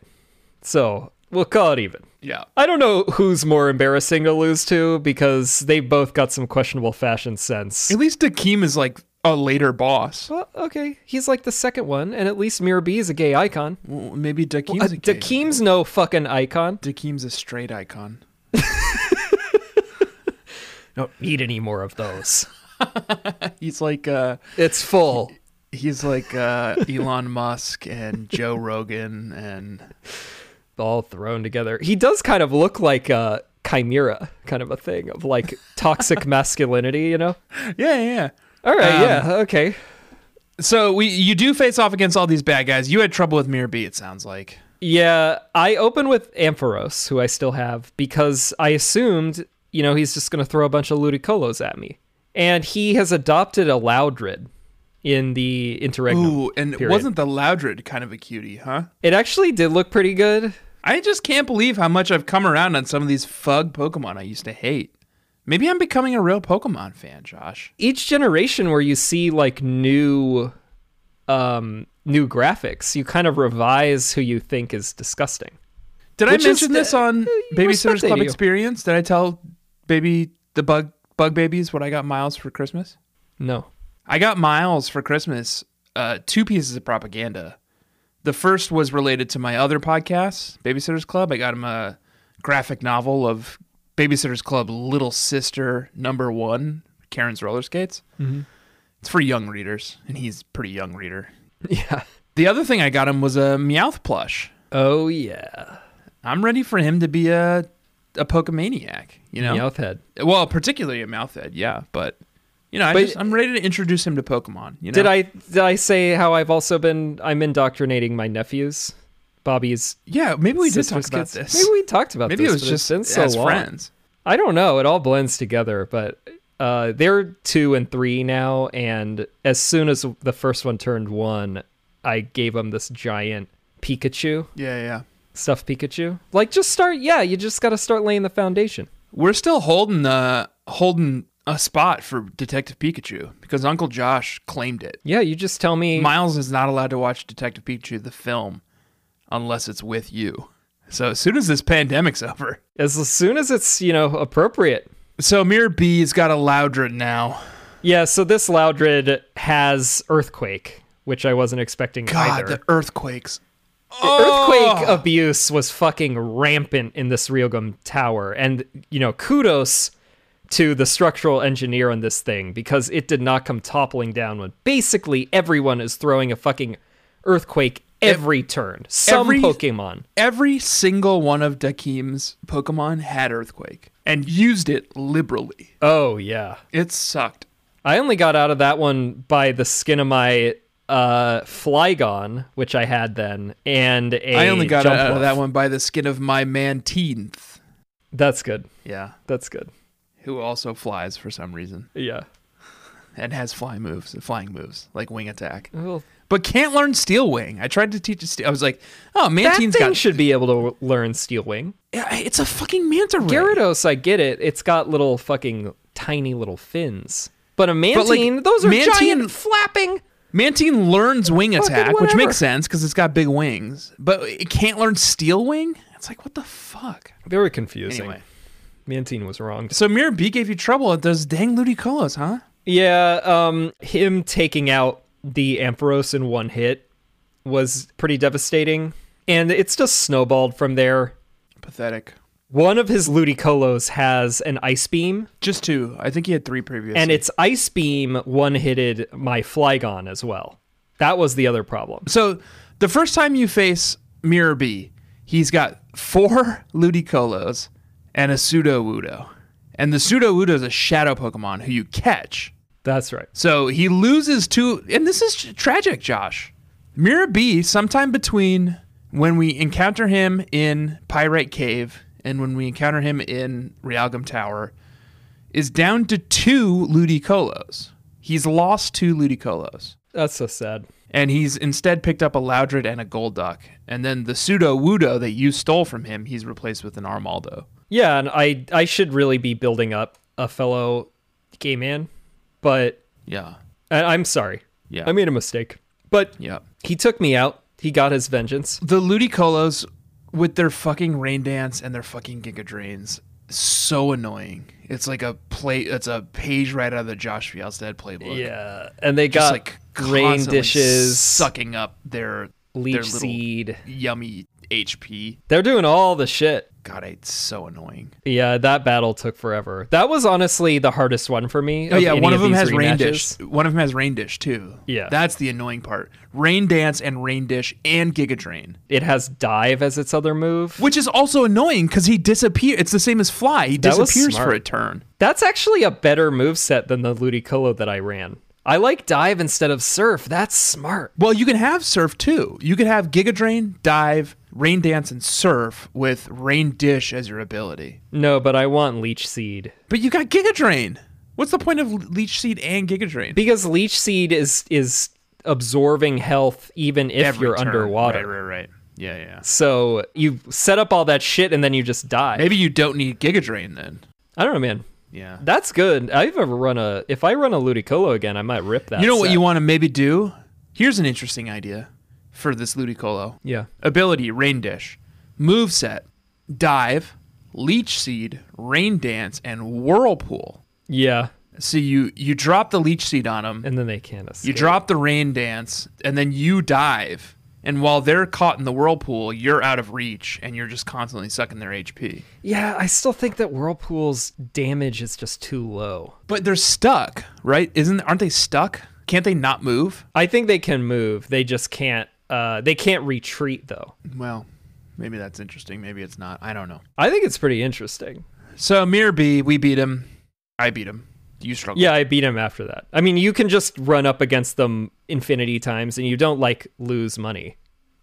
Speaker 2: So we'll call it even.
Speaker 1: Yeah.
Speaker 2: I don't know who's more embarrassing to lose to because they both got some questionable fashion sense.
Speaker 1: At least Dakim is like a later boss.
Speaker 2: Well, okay, he's like the second one, and at least Mirabee is a gay icon.
Speaker 1: Well, maybe Dakim's
Speaker 2: Uh,
Speaker 1: a gay-
Speaker 2: Dakim's no fucking icon.
Speaker 1: Dakim's a straight icon.
Speaker 2: Don't need any more of those.
Speaker 1: He's like uh
Speaker 2: It's full.
Speaker 1: he's like uh Elon Musk and Joe Rogan and
Speaker 2: all thrown together. He does kind of look like a chimera kind of a thing of like toxic masculinity, you know?
Speaker 1: Yeah, yeah, yeah.
Speaker 2: All right,
Speaker 1: Um,
Speaker 2: yeah, okay.
Speaker 1: So we you do face off against all these bad guys. You had trouble with Mirror B, it sounds like.
Speaker 2: Yeah, I open with Ampharos, who I still have, because I assumed, you know, he's just going to throw a bunch of Ludicolos at me. And he has adopted a Loudred in the Interregnum.
Speaker 1: Ooh, and
Speaker 2: period.
Speaker 1: wasn't the Loudred kind of a cutie, huh?
Speaker 2: It actually did look pretty good.
Speaker 1: I just can't believe how much I've come around on some of these fug Pokemon I used to hate. Maybe I'm becoming a real Pokemon fan, Josh.
Speaker 2: Each generation where you see like new um new graphics, you kind of revise who you think is disgusting.
Speaker 1: Did
Speaker 2: Which
Speaker 1: I
Speaker 2: is
Speaker 1: mention
Speaker 2: the-
Speaker 1: this on
Speaker 2: uh, you
Speaker 1: Babysitter's
Speaker 2: respected
Speaker 1: Club
Speaker 2: you.
Speaker 1: Experience? Did I tell baby the bug bug babies what I got Miles for Christmas?
Speaker 2: No.
Speaker 1: I got Miles for Christmas uh, two pieces of propaganda. The first was related to my other podcast, Babysitter's Club. I got him a graphic novel of Babysitter's Club Little Sister Number One, Karen's Roller Skates.
Speaker 2: Mm-hmm.
Speaker 1: It's for young readers, and he's a pretty young reader.
Speaker 2: Yeah.
Speaker 1: The other thing I got him was a Meowth plush.
Speaker 2: Oh yeah.
Speaker 1: I'm ready for him to be a a Pokemaniac, you know?
Speaker 2: Meowthhead.
Speaker 1: Well, particularly a Mouthhead, yeah, but you know, I
Speaker 2: But-
Speaker 1: just, I'm ready to introduce him to Pokemon, you know?
Speaker 2: Did I did I say how I've also been I'm indoctrinating my nephews? Bobby's
Speaker 1: Yeah, maybe we did talk
Speaker 2: sister's
Speaker 1: about
Speaker 2: kids.
Speaker 1: this.
Speaker 2: Maybe we talked about
Speaker 1: Maybe
Speaker 2: this.
Speaker 1: it was
Speaker 2: but
Speaker 1: just
Speaker 2: been so
Speaker 1: as
Speaker 2: long.
Speaker 1: friends.
Speaker 2: I don't know. It all blends together, but uh, they're two and three now. And as soon as the first one turned one, I gave him this giant Pikachu,
Speaker 1: Yeah, yeah.
Speaker 2: stuffed Pikachu. Like, just start. Yeah, you just got to start laying the foundation.
Speaker 1: We're still holding uh holding a spot for Detective Pikachu because Uncle Josh claimed it.
Speaker 2: Yeah, you just tell me.
Speaker 1: Miles is not allowed to watch Detective Pikachu the film unless it's with you. So as soon as this pandemic's over.
Speaker 2: as, as soon as it's, you know, appropriate.
Speaker 1: So Mirror B's got a Loudred now.
Speaker 2: Yeah, so this Loudred has Earthquake, which I wasn't expecting
Speaker 1: God,
Speaker 2: either.
Speaker 1: the earthquakes.
Speaker 2: earthquake
Speaker 1: Oh!
Speaker 2: abuse was fucking rampant in this Ryogum tower. And, you know, kudos to the structural engineer on this thing because it did not come toppling down when basically everyone is throwing a fucking earthquake every turn. Some
Speaker 1: every-
Speaker 2: Pokemon.
Speaker 1: Every single one of Dakim's Pokemon had Earthquake and used it liberally.
Speaker 2: Oh, yeah.
Speaker 1: It sucked.
Speaker 2: I only got out of that one by the skin of my uh Flygon, which I had then, and a
Speaker 1: I only got out of
Speaker 2: Jumpluff.
Speaker 1: that one by the skin of my manteenth.
Speaker 2: That's good.
Speaker 1: Yeah.
Speaker 2: That's good.
Speaker 1: Who also flies for some reason
Speaker 2: Yeah.
Speaker 1: and has fly moves, flying moves like wing attack,
Speaker 2: Well,
Speaker 1: but can't learn steel wing. I tried to teach it. Steel. I was like, oh,
Speaker 2: that
Speaker 1: manteen's
Speaker 2: thing
Speaker 1: got.
Speaker 2: should be able to w- learn Steel Wing.
Speaker 1: Yeah, it's a fucking manta ray.
Speaker 2: Gyarados, I get it. It's got little fucking tiny little fins. But a
Speaker 1: like,
Speaker 2: mantine, those are
Speaker 1: mantine-
Speaker 2: giant flapping.
Speaker 1: Mantine learns wing
Speaker 2: Fucking
Speaker 1: attack, which
Speaker 2: whatever.
Speaker 1: makes sense because it's got big wings, but it can't learn steel wing. It's like what the fuck.
Speaker 2: Very confusing.
Speaker 1: Anyway,
Speaker 2: Mantine was wrong.
Speaker 1: so Mirror B gave you trouble at those dang Ludicolos, huh?
Speaker 2: Yeah, um, him taking out the Ampharos in one hit was pretty devastating. And it's just snowballed from there.
Speaker 1: Pathetic.
Speaker 2: One of his Ludicolos has an ice beam,
Speaker 1: Just two. I think he had three previous.
Speaker 2: and its ice beam one hitted my Flygon as well. That was the other problem.
Speaker 1: So the first time you face Mirror B, he's got four Ludicolos and a pseudo Wudo. And the pseudo Wudo is a shadow Pokemon who you catch.
Speaker 2: That's right.
Speaker 1: So he loses two, and this is tragic, Josh. Mirror B, sometime between when we encounter him in Pyrite Cave and when we encounter him in Realgum Tower, is down to two Ludicolos. He's lost two Ludicolos
Speaker 2: That's so sad.
Speaker 1: and he's instead picked up a Loudred and a Golduck. And then the pseudo Wudo that you stole from him, he's replaced with an Armaldo.
Speaker 2: Yeah, and I I should really be building up a fellow gay man, but
Speaker 1: Yeah.
Speaker 2: and I'm sorry.
Speaker 1: Yeah.
Speaker 2: I made a mistake. But
Speaker 1: Yeah.
Speaker 2: he took me out. He got his vengeance.
Speaker 1: The Ludicolos with their fucking rain dance and their fucking Giga Drains, so annoying. It's like a play. It's a page right out of the Josh Fielstead playbook.
Speaker 2: Yeah, and they
Speaker 1: Just
Speaker 2: got
Speaker 1: like
Speaker 2: rain
Speaker 1: constantly
Speaker 2: dishes,
Speaker 1: sucking up their their
Speaker 2: leech
Speaker 1: little
Speaker 2: seed.
Speaker 1: yummy HP.
Speaker 2: They're doing all the shit.
Speaker 1: God, it's so annoying.
Speaker 2: Yeah, that battle took forever. That was honestly the hardest one for me.
Speaker 1: Oh yeah,
Speaker 2: any
Speaker 1: one of them
Speaker 2: these
Speaker 1: has rain dish.
Speaker 2: rematches.
Speaker 1: One of them has rain dish too.
Speaker 2: Yeah.
Speaker 1: that's the annoying part. Rain dance and rain dish and Giga Drain,
Speaker 2: It has dive as its other move.
Speaker 1: which is also annoying because he disappears. It's the same as fly. He
Speaker 2: That was
Speaker 1: disappears for
Speaker 2: smart.
Speaker 1: a turn.
Speaker 2: That's actually a better move set than the Ludicolo that I ran. I like dive instead of surf. That's smart.
Speaker 1: Well, you can have surf too. You could have Giga Drain, dive, rain dance, and surf with rain dish as your ability.
Speaker 2: No, but I want leech seed
Speaker 1: But you got Giga Drain. What's the point of leech seed and Giga Drain?
Speaker 2: because leech seed is is absorbing health even if
Speaker 1: Every
Speaker 2: you're
Speaker 1: turn.
Speaker 2: underwater.
Speaker 1: Right, right, right. Yeah, yeah.
Speaker 2: So you set up all that shit and then you just die.
Speaker 1: Maybe you don't need Giga Drain then.
Speaker 2: I don't know, man.
Speaker 1: Yeah.
Speaker 2: That's good. I ever run a if I run a Ludicolo again, I might rip that.
Speaker 1: you know what
Speaker 2: set.
Speaker 1: you want to maybe do? Here's an interesting idea for this Ludicolo.
Speaker 2: Yeah.
Speaker 1: Ability, Rain Dish. Move set, dive, leech seed, rain dance, and whirlpool.
Speaker 2: Yeah.
Speaker 1: So you you drop the leech seed on them,
Speaker 2: And then they can't escape.
Speaker 1: you drop the rain dance, and then you dive. And while they're caught in the whirlpool, you're out of reach and you're just constantly sucking their HP.
Speaker 2: yeah, I still think that Whirlpool's damage is just too low.
Speaker 1: But they're stuck, right? Isn't aren't they stuck? Can't they not move?
Speaker 2: I think they can move. They just can't uh they can't retreat though.
Speaker 1: Well, maybe that's interesting. Maybe it's not. I don't know.
Speaker 2: I think it's pretty interesting.
Speaker 1: So Mir B, we beat him. I beat him. You struggle.
Speaker 2: Yeah, I beat him after that. I mean, you can just run up against them infinity times and you don't like lose money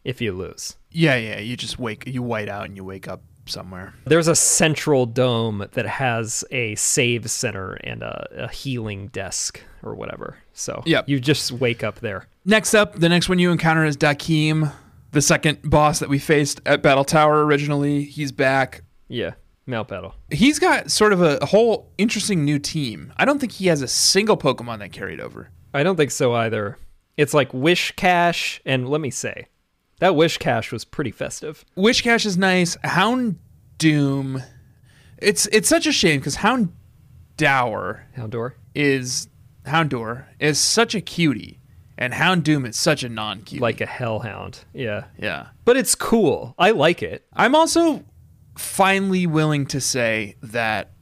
Speaker 2: if you lose.
Speaker 1: Yeah, yeah. You just wake. You white out and you wake up somewhere.
Speaker 2: There's a central dome that has a save center and a, a healing desk or whatever. So
Speaker 1: Yep.
Speaker 2: you just wake up there.
Speaker 1: Next up, the next one you encounter is Dakim, the second boss that we faced at Battle Tower originally. He's back.
Speaker 2: Yeah, Malpedal.
Speaker 1: He's got sort of a whole interesting new team. I don't think he has a single Pokemon that carried over.
Speaker 2: I don't think so either. It's like Wish Cash, and let me say, that Wish Cash was pretty festive.
Speaker 1: Wishcash is nice. Hound Doom. It's it's such a shame because Hound Dower
Speaker 2: Houndor.
Speaker 1: is Houndour is such a cutie, and Houndoom is such a non cutie.
Speaker 2: Like a hellhound. Yeah.
Speaker 1: yeah.
Speaker 2: But it's cool. I like it.
Speaker 1: I'm also finally willing to say that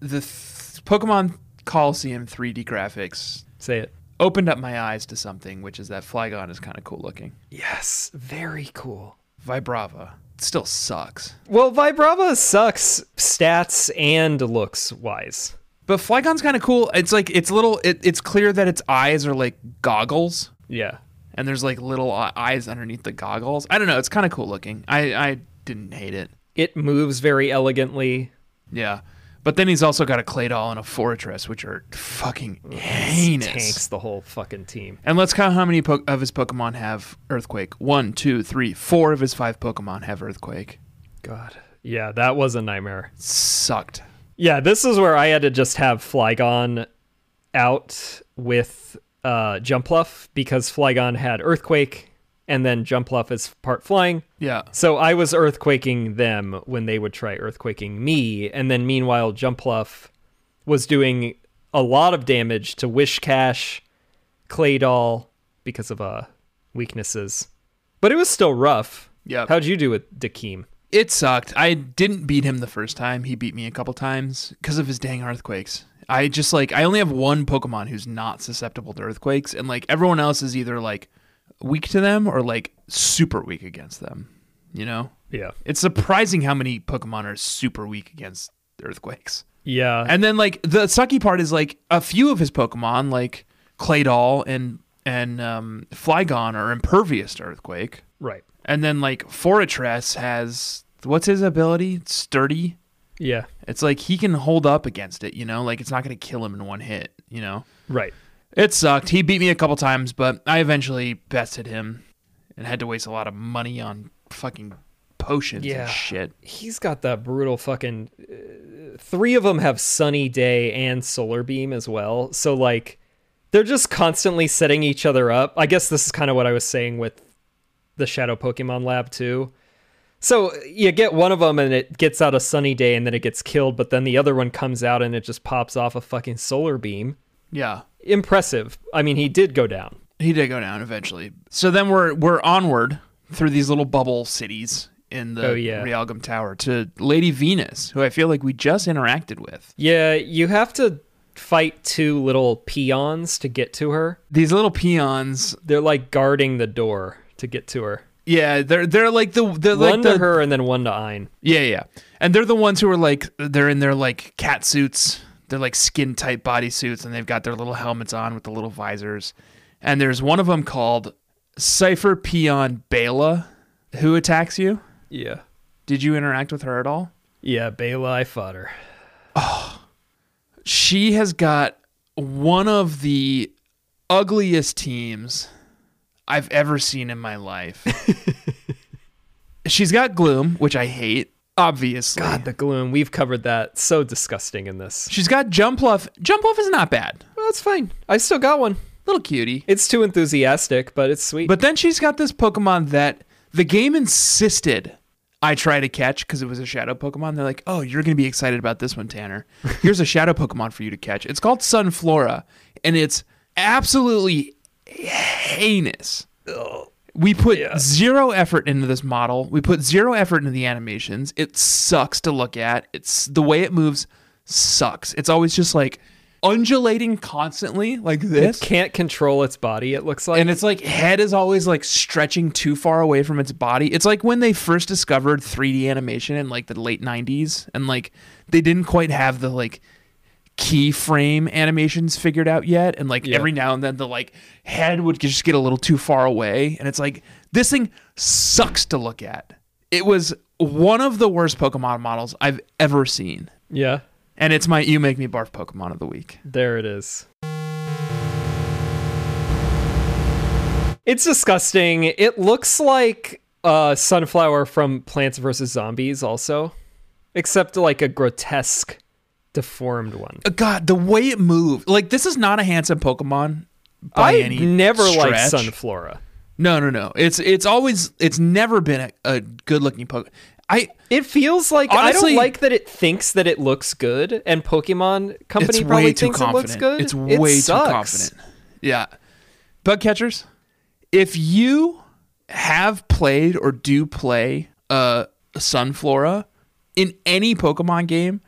Speaker 1: the th- Pokemon Coliseum 3D graphics
Speaker 2: Say it.
Speaker 1: opened up my eyes to something, which is that Flygon is kind of cool looking.
Speaker 2: Yes. Very cool.
Speaker 1: Vibrava still sucks,
Speaker 2: Well, Vibrava sucks stats and looks wise.
Speaker 1: but Flygon's kind of cool. It's like it's little. It, it's clear that its eyes are like goggles.
Speaker 2: Yeah.
Speaker 1: And there's like little eye- eyes underneath the goggles. I don't know. It's kind of cool looking. I, I didn't hate it.
Speaker 2: It moves very elegantly.
Speaker 1: Yeah. But then he's also got a Claydol and a Fortress, which are fucking heinous.
Speaker 2: tanks the whole fucking team.
Speaker 1: And let's count how many po- of his Pokemon have Earthquake. One, two, three, four of his five Pokemon have Earthquake.
Speaker 2: God. Yeah, that was a nightmare.
Speaker 1: Sucked.
Speaker 2: Yeah, this is where I had to just have Flygon out with uh, Jumpluff because Flygon had Earthquake and then Jumpluff is part flying.
Speaker 1: Yeah.
Speaker 2: So I was Earthquaking them when they would try Earthquaking me. And then meanwhile, Jumpluff was doing a lot of damage to Wishcash, Claydol because of uh, weaknesses. But it was still rough.
Speaker 1: Yep.
Speaker 2: How'd you do with Dakeem?
Speaker 1: It sucked. I didn't beat him the first time. He beat me a couple times because of his dang earthquakes. I just like I only have one Pokemon who's not susceptible to earthquakes, and like everyone else is either like weak to them or like super weak against them. You know,
Speaker 2: Yeah.
Speaker 1: it's surprising how many Pokemon are super weak against earthquakes.
Speaker 2: Yeah.
Speaker 1: And then like the sucky part is like a few of his Pokemon, like Claydol and and um, Flygon, are impervious to earthquake.
Speaker 2: right.
Speaker 1: And then like Fortress has what's his ability? Sturdy.
Speaker 2: Yeah.
Speaker 1: It's like he can hold up against it, you know? Like it's not going to kill him in one hit, you know?
Speaker 2: Right.
Speaker 1: It sucked. He beat me a couple times, but I eventually bested him and had to waste a lot of money on fucking potions
Speaker 2: Yeah.
Speaker 1: and shit.
Speaker 2: He's got that brutal fucking. uh, three of them have Sunny Day and Solar Beam as well. So, like, they're just constantly setting each other up. I guess this is kind of what I was saying with the Shadow Pokemon Lab, too. So, you get one of them and it gets out a Sunny Day and then it gets killed, but then the other one comes out and it just pops off a fucking Solar Beam.
Speaker 1: Yeah.
Speaker 2: Impressive. I mean, he did go down.
Speaker 1: He did go down eventually. So then we're we're onward through these little bubble cities in the
Speaker 2: Oh, yeah.
Speaker 1: Realgum Tower to Lady Venus, who I feel like we just interacted with.
Speaker 2: Yeah, you have to fight two little peons to get to her.
Speaker 1: These little peons
Speaker 2: They're like guarding the door to get to her.
Speaker 1: Yeah, they're they're like the they're like
Speaker 2: one
Speaker 1: the
Speaker 2: to her and then one to Ein.
Speaker 1: yeah yeah, and they're the ones who are like they're in their like cat suits. They're like skin tight bodysuits, and they've got their little helmets on with the little visors. And there's one of them called Cipher Peon Bela, who attacks you.
Speaker 2: Yeah.
Speaker 1: Did you interact with her at all?
Speaker 2: Yeah, Bela, I fought her.
Speaker 1: she has got one of the ugliest teams I've ever seen in my life. She's got gloom, which I hate, obviously.
Speaker 2: God, the gloom. We've covered that. So disgusting in this.
Speaker 1: She's got jump bluff. Jump bluff is not bad.
Speaker 2: Well, that's fine. I still got one.
Speaker 1: Little cutie.
Speaker 2: It's too enthusiastic, but it's sweet.
Speaker 1: But then she's got this Pokemon that the game insisted I try to catch because it was a shadow Pokemon. They're like, oh, you're going to be excited about this one, Tanner. Here's a shadow Pokemon for you to catch. It's called Sunflora, and it's absolutely heinous. We put zero effort into this model. We put zero effort into the animations. It sucks to look at. It's the way it moves sucks. It's always just like undulating constantly like
Speaker 2: it
Speaker 1: this.
Speaker 2: can't control its body, it looks like.
Speaker 1: And it's like head is always like stretching too far away from its body. It's like when they first discovered 3D animation in like the late 90s and like they didn't quite have the like keyframe animations figured out yet and like
Speaker 2: Yeah.
Speaker 1: every now and then the like head would just get a little too far away and it's like this thing sucks to look at. It was one of the worst Pokemon models I've ever seen.
Speaker 2: yeah,
Speaker 1: And it's my you make me barf Pokemon of the week.
Speaker 2: there it is. It's disgusting. It looks like uh, Sunflower from Plants vs. Zombies, also, except like a grotesque, deformed one.
Speaker 1: Uh, God, the way it moved. Like this is not a handsome Pokemon by
Speaker 2: I
Speaker 1: any
Speaker 2: never liked
Speaker 1: stretch.
Speaker 2: Sunflora.
Speaker 1: No, no, no. It's it's always it's never been a, a good looking Pokemon. I
Speaker 2: It feels like I
Speaker 1: Honestly-
Speaker 2: don't like that it thinks that it looks good, and Pokemon Company
Speaker 1: it's
Speaker 2: probably
Speaker 1: way too
Speaker 2: thinks
Speaker 1: confident.
Speaker 2: it looks good.
Speaker 1: It's
Speaker 2: It
Speaker 1: way too
Speaker 2: sucks.
Speaker 1: confident. Yeah. Bug catchers, if you have played or do play uh Sunflora in any Pokemon game,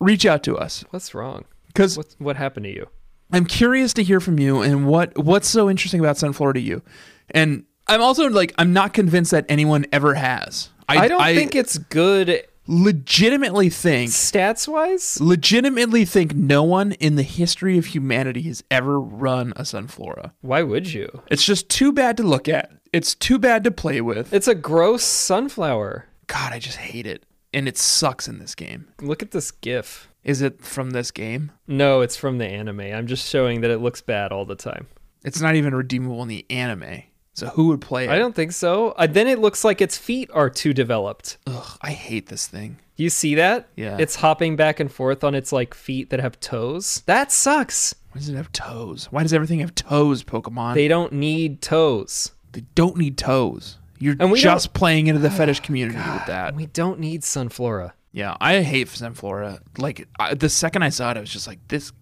Speaker 1: reach out to us
Speaker 2: What's wrong?
Speaker 1: because
Speaker 2: What what happened to you?
Speaker 1: I'm curious to hear from you and what what's so interesting about Sunflora to you. And I'm also like I'm not convinced that anyone ever has.
Speaker 2: I, don't think it's good
Speaker 1: legitimately think
Speaker 2: stats wise.
Speaker 1: legitimately think no one in the history of humanity has ever run a Sunflora.
Speaker 2: Why would you?
Speaker 1: It's just too bad to look at. It's too bad to play with.
Speaker 2: It's a gross sunflower.
Speaker 1: God, I just hate it. And it sucks in this game.
Speaker 2: Look at this gif.
Speaker 1: Is it from this game?
Speaker 2: No, it's from the anime. I'm just showing that it looks bad all the time.
Speaker 1: It's not even redeemable in the anime. So who would play it?
Speaker 2: I don't think so. Uh, then it looks like its feet are too developed.
Speaker 1: Ugh, I hate this thing.
Speaker 2: You see that?
Speaker 1: Yeah.
Speaker 2: It's hopping back and forth on its like feet that have toes. That sucks.
Speaker 1: Why does it have toes? Why does everything have toes, Pokemon? They,
Speaker 2: They don't need toes.
Speaker 1: don't need toes. You're
Speaker 2: And we Oh
Speaker 1: just playing into the fetish community with that.
Speaker 2: We don't need Sunflora.
Speaker 1: Yeah, I hate Zenflora. Like I, the second I saw it, I was just like, this,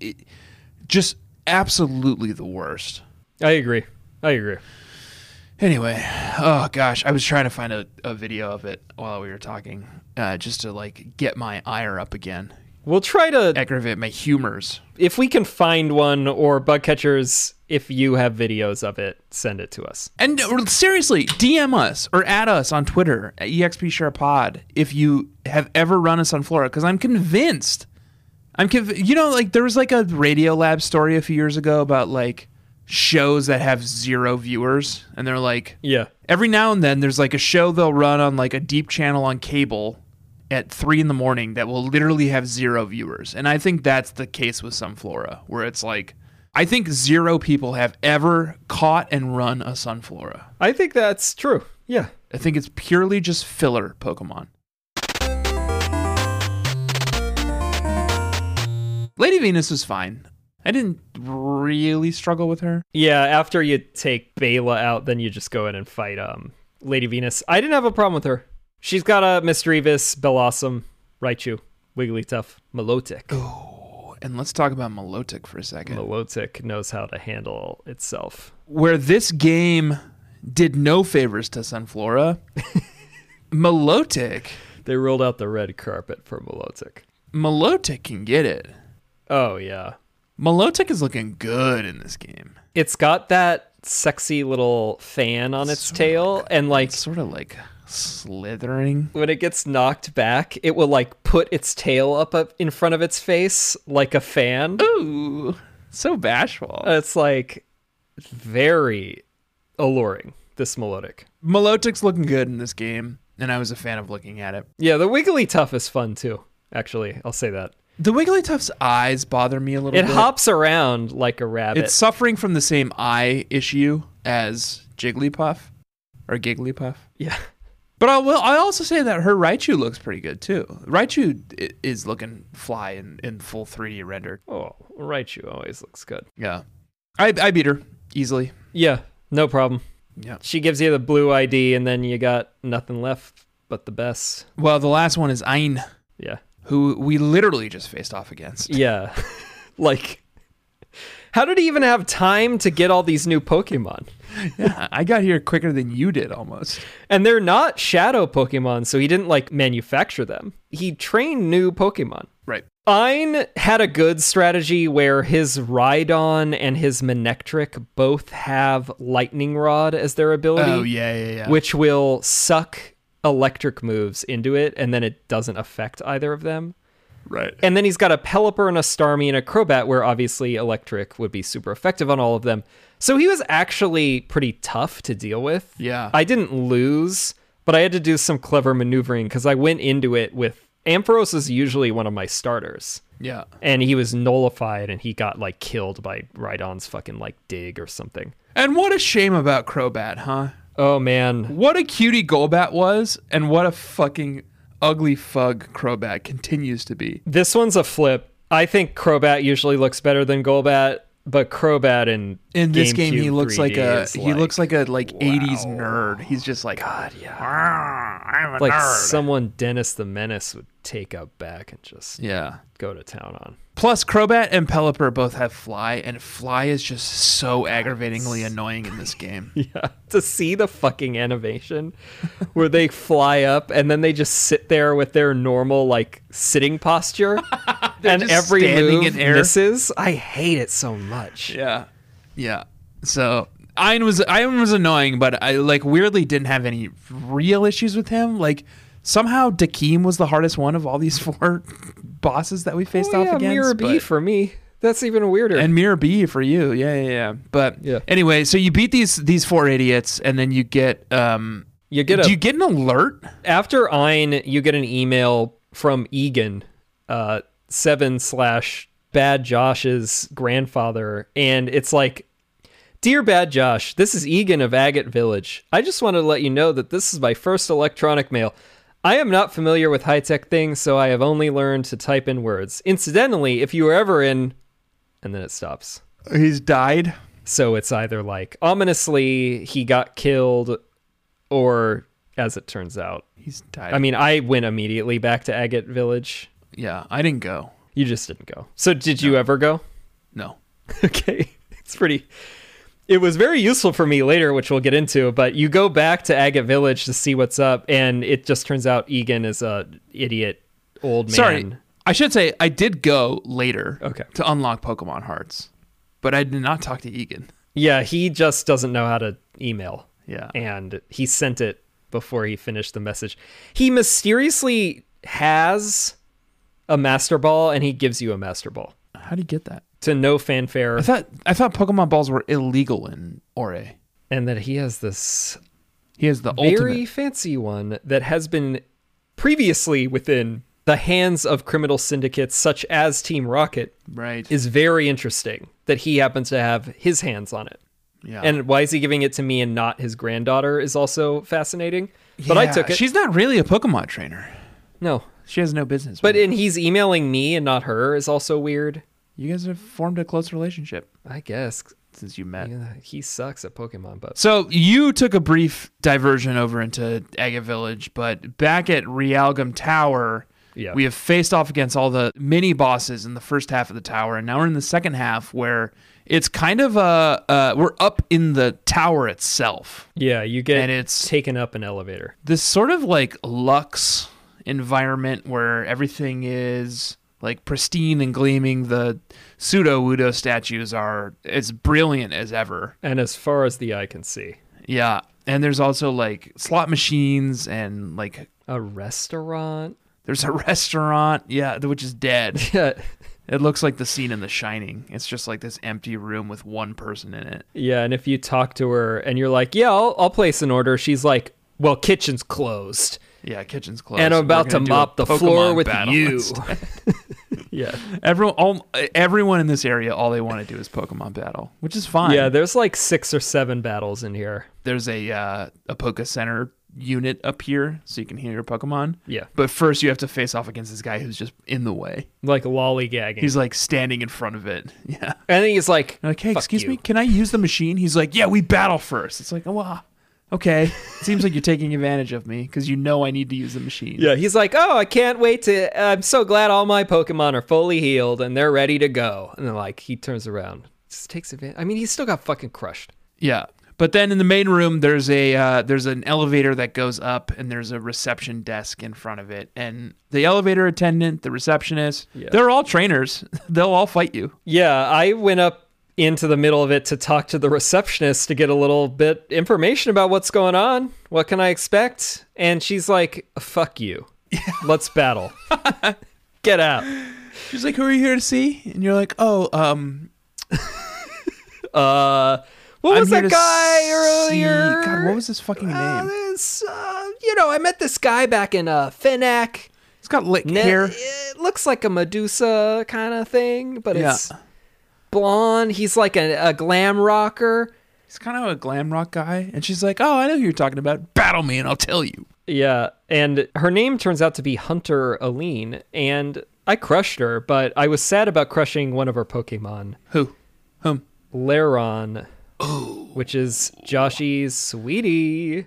Speaker 1: it, just absolutely the worst.
Speaker 2: I agree. I agree.
Speaker 1: Anyway, oh gosh, I was trying to find a, a video of it while we were talking, uh, just to like get my ire up again,
Speaker 2: We'll try to
Speaker 1: aggravate my humors.
Speaker 2: if we can find one or bug catchers if you have videos of it, send it to us.
Speaker 1: And uh, seriously, DM us or add us on Twitter at expsharepod if you have ever run a Sunflora, because I'm convinced. I'm conv- you know, like there was like a Radio Lab story a few years ago about like shows that have zero viewers, and they're like
Speaker 2: Yeah.
Speaker 1: every now and then there's like a show they'll run on like a deep channel on cable at three in the morning that will literally have zero viewers. And I think that's the case with Sunflora, where it's like I think zero people have ever caught and run a Sunflora.
Speaker 2: I think that's true. Yeah.
Speaker 1: I think it's purely just filler Pokemon. Lady Venus was fine. I didn't really struggle with her.
Speaker 2: Yeah, after you take Bela out, then you just go in and fight um Lady Venus. I didn't have a problem with her. She's got a Mistrevis, Bellossom, Raichu, Wigglytuff, Melotic.
Speaker 1: And let's talk about Melotic for a second.
Speaker 2: Melotic knows how to handle itself.
Speaker 1: where this game did no favors to Sunflora, Melotic,
Speaker 2: They rolled out the red carpet for Melotic.
Speaker 1: Melotic can get it.
Speaker 2: Oh yeah.
Speaker 1: Melotic is looking good in this game.
Speaker 2: It's got that sexy little fan on its tail and like
Speaker 1: It's sort of like Slithering.
Speaker 2: when it gets knocked back, it will like put its tail up, up in front of its face like a fan.
Speaker 1: Ooh, so bashful.
Speaker 2: It's like very alluring, this melodic.
Speaker 1: Melodic's looking good in this game, and I was a fan of looking at it.
Speaker 2: Yeah, the Wigglytuff is fun too, actually. I'll say that.
Speaker 1: The Wigglytuff's eyes bother me a little
Speaker 2: It
Speaker 1: bit.
Speaker 2: hops around like a rabbit.
Speaker 1: It's suffering from the same eye issue as Jigglypuff or Gigglypuff.
Speaker 2: yeah.
Speaker 1: But I will. I also say that her Raichu looks pretty good too. Raichu i- is looking fly in, in full 3D rendered.
Speaker 2: Oh, Raichu always looks good.
Speaker 1: Yeah, I I beat her easily.
Speaker 2: Yeah, no problem.
Speaker 1: Yeah.
Speaker 2: She gives you the blue ID and then you got nothing left but the best.
Speaker 1: Well, the last one is Ayn,
Speaker 2: Yeah.
Speaker 1: who we literally just faced off against.
Speaker 2: Yeah. like how did he even have time to get all these new Pokemon?
Speaker 1: Yeah, I got here quicker than you did almost.
Speaker 2: And they're not shadow Pokemon, so he didn't like manufacture them. He trained new Pokemon.
Speaker 1: Right.
Speaker 2: Ein had a good strategy where his Rhydon and his Manectric both have Lightning Rod as their ability,
Speaker 1: Oh yeah, yeah, yeah.
Speaker 2: which will suck electric moves into it, and then it doesn't affect either of them.
Speaker 1: right.
Speaker 2: And then he's got a Pelipper and a Starmie and a Crobat, where obviously electric would be super effective on all of them. So he was actually pretty tough to deal with.
Speaker 1: Yeah.
Speaker 2: I didn't lose, but I had to do some clever maneuvering because I went into it with Ampharos is usually one of my starters.
Speaker 1: yeah.
Speaker 2: And he was nullified and he got like killed by Rhydon's fucking like dig or something.
Speaker 1: And what a shame about Crobat, huh?
Speaker 2: Oh man.
Speaker 1: What a cutie Golbat was, and what a fucking ugly fug Crobat continues to be.
Speaker 2: This one's a flip. I think Crobat usually looks better than Golbat, but Crobat in
Speaker 1: In this game, he
Speaker 2: GameCube
Speaker 1: looks like
Speaker 2: 3D
Speaker 1: a
Speaker 2: is,
Speaker 1: he looks like a like '80s nerd. He's just like "Ah, God, yeah. I'm a
Speaker 2: like
Speaker 1: nerd.
Speaker 2: someone Dennis the Menace would take up back and just
Speaker 1: Yeah.
Speaker 2: go to town on.
Speaker 1: Plus, Crobat and Pelipper both have Fly, and Fly is just so aggravatingly annoying in this game.
Speaker 2: Yeah. To see the fucking animation where they fly up and then they just sit there with their normal like sitting posture and
Speaker 1: just
Speaker 2: every
Speaker 1: standing
Speaker 2: move
Speaker 1: in air.
Speaker 2: misses. I hate it so much.
Speaker 1: Yeah, yeah. So Iron was Iron was annoying, but I like weirdly didn't have any real issues with him. Like somehow Dakeem was the hardest one of all these four bosses that we faced
Speaker 2: Oh,
Speaker 1: off
Speaker 2: yeah,
Speaker 1: against.
Speaker 2: Mirror B
Speaker 1: but-
Speaker 2: for me. That's even weirder.
Speaker 1: and Mirror B for you. Yeah, yeah, yeah. But
Speaker 2: Yeah.
Speaker 1: anyway, so you beat these these four idiots, and then you get um.
Speaker 2: you get a
Speaker 1: Do you get an alert?
Speaker 2: after Ein, you get an email from Egan, uh, seven slash Bad Josh's grandfather, and it's like, Dear Bad Josh, this is Egan of Agate Village. I just wanted to let you know that this is my first electronic mail. I am not familiar with high tech things, so I have only learned to type in words. Incidentally, if you were ever in. And then it stops.
Speaker 1: He's died.
Speaker 2: So it's either like, ominously, he got killed, or as it turns out,
Speaker 1: He's died.
Speaker 2: I mean, I went immediately back to Agate Village.
Speaker 1: yeah, I didn't go.
Speaker 2: You just didn't go. So did you ever go?
Speaker 1: No.
Speaker 2: okay. It's pretty it was very useful for me later, which we'll get into, but you go back to Agate Village to see what's up and it just turns out Egan is a idiot old man.
Speaker 1: Sorry. I should say I did go later
Speaker 2: Okay.
Speaker 1: to unlock Pokemon Hearts, but I did not talk to Egan.
Speaker 2: Yeah, he just doesn't know how to email.
Speaker 1: Yeah.
Speaker 2: And he sent it before he finished the message. He mysteriously has a master ball and he gives you a master ball
Speaker 1: How do you get that?
Speaker 2: to no fanfare.
Speaker 1: I thought I thought Pokemon balls were illegal in Ore.
Speaker 2: and that he has this
Speaker 1: He has the
Speaker 2: very
Speaker 1: ultimate.
Speaker 2: fancy one that has been previously within the hands of criminal syndicates such as Team Rocket
Speaker 1: Right.
Speaker 2: is very interesting that he happens to have his hands on it.
Speaker 1: yeah.
Speaker 2: And why is he giving it to me and not his granddaughter is also fascinating. But I
Speaker 1: Yeah,
Speaker 2: took it.
Speaker 1: She's not really a Pokemon trainer.
Speaker 2: no.
Speaker 1: She has no business.
Speaker 2: But
Speaker 1: with it.
Speaker 2: and he's emailing me and not her is also weird.
Speaker 1: you guys have formed a close relationship
Speaker 2: I guess
Speaker 1: since you met.
Speaker 2: yeah, he sucks at Pokemon, but
Speaker 1: So you took a brief diversion over into Agate Village, but back at Realgum Tower,
Speaker 2: Yeah.
Speaker 1: we have faced off against all the mini bosses in the first half of the tower, and now we're in the second half where it's kind of a uh, we're up in the tower itself.
Speaker 2: yeah, you get
Speaker 1: And it's-
Speaker 2: taken up an elevator.
Speaker 1: This sort of like luxe environment where everything is like pristine and gleaming. The pseudo Wudo statues are as brilliant as ever.
Speaker 2: And as far as the eye can see,
Speaker 1: Yeah. And there's also like slot machines and like
Speaker 2: A restaurant?
Speaker 1: there's a restaurant, yeah, which is dead.
Speaker 2: Yeah.
Speaker 1: It looks like the scene in The Shining. It's just like this empty room with one person in it.
Speaker 2: Yeah, and if you talk to her and you're like, "Yeah, I'll, I'll place an order," she's like, "Well, kitchen's closed,
Speaker 1: Yeah, kitchen's closed.
Speaker 2: and I'm
Speaker 1: Oh, We're
Speaker 2: about to
Speaker 1: gonna do a
Speaker 2: mop the
Speaker 1: Pokemon
Speaker 2: floor with
Speaker 1: battle
Speaker 2: you."
Speaker 1: instead.
Speaker 2: yeah,
Speaker 1: Everyone, all, everyone in this area, all they want to do is Pokemon battle, which is fine.
Speaker 2: yeah. There's like six or seven battles in here.
Speaker 1: there's a uh, a Poke Center unit up here, so you can heal your Pokemon.
Speaker 2: Yeah,
Speaker 1: But first, you have to face off against this guy who's just in the way.
Speaker 2: like lollygagging.
Speaker 1: He's like standing in front of it. Yeah.
Speaker 2: and then he's like,
Speaker 1: Like, hey,
Speaker 2: Fuck
Speaker 1: excuse
Speaker 2: you."
Speaker 1: me, can I use the machine? He's like, yeah, we battle first. It's like, oh, wow. okay. It seems like you're taking advantage of me because you know I need to use the machine.
Speaker 2: "Yeah." He's like, "Oh, I can't wait to. I'm so glad all my Pokemon are fully healed and they're ready to go." And then like he turns around, just takes advantage. I mean, he still got fucking crushed.
Speaker 1: Yeah. But then in the main room, there's a uh, there's an elevator that goes up, and there's a reception desk in front of it. And the elevator attendant, the receptionist,
Speaker 2: Yeah.
Speaker 1: they're all trainers. They'll all fight you.
Speaker 2: Yeah, I went up into the middle of it to talk to the receptionist to get a little bit information about what's going on. What can I expect? And she's like, "Fuck you. Let's battle. get out."
Speaker 1: She's like, "Who are you here to see?" And you're like, "Oh, um,
Speaker 2: Uh, what
Speaker 1: I'm
Speaker 2: was
Speaker 1: here to
Speaker 2: that guy
Speaker 1: see-
Speaker 2: earlier?
Speaker 1: God, what was his fucking
Speaker 2: Uh,
Speaker 1: name?
Speaker 2: this, uh, you know, I met this guy back in uh, Finac.
Speaker 1: It's got like
Speaker 2: Ne-
Speaker 1: hair.
Speaker 2: It looks like a Medusa kind of thing, but
Speaker 1: Yeah.
Speaker 2: it's blonde. He's like a, a glam rocker.
Speaker 1: He's kind of a glam rock guy." And she's like, "Oh, I know who you're talking about. Battle me, and I'll tell you."
Speaker 2: Yeah, and her name turns out to be Hunter Aline, and I crushed her, but I was sad about crushing one of her Pokemon,
Speaker 1: Who? Whom?
Speaker 2: Laron, which is Joshy's sweetie.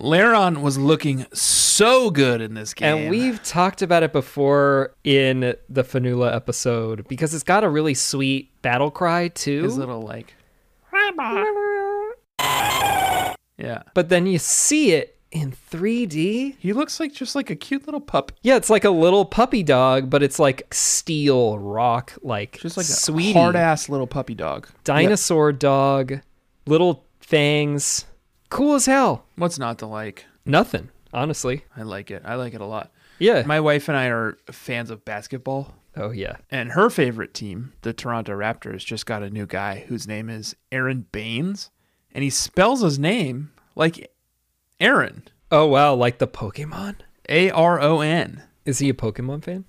Speaker 1: Laron was looking so good in this game,
Speaker 2: And we've talked about it before in the Fanula episode because it's got a really sweet battle cry too.
Speaker 1: his little like, yeah.
Speaker 2: But then you see it in 3D.
Speaker 1: He looks like just like a cute little pup,
Speaker 2: Yeah, it's like a little puppy dog, but it's like steel rock, like
Speaker 1: just like a
Speaker 2: sweetie,
Speaker 1: hard ass little puppy dog.
Speaker 2: dinosaur dog, little fangs, cool as hell.
Speaker 1: What's not to like?
Speaker 2: Nothing, honestly.
Speaker 1: I like it. I like it a lot.
Speaker 2: Yeah.
Speaker 1: My wife and I are fans of basketball,
Speaker 2: oh yeah.
Speaker 1: and her favorite team, the Toronto Raptors, just got a new guy whose name is Aaron Baines, and he spells his name like Aaron,
Speaker 2: Oh wow, like the Pokemon.
Speaker 1: A R O N.
Speaker 2: Is he a Pokemon fan?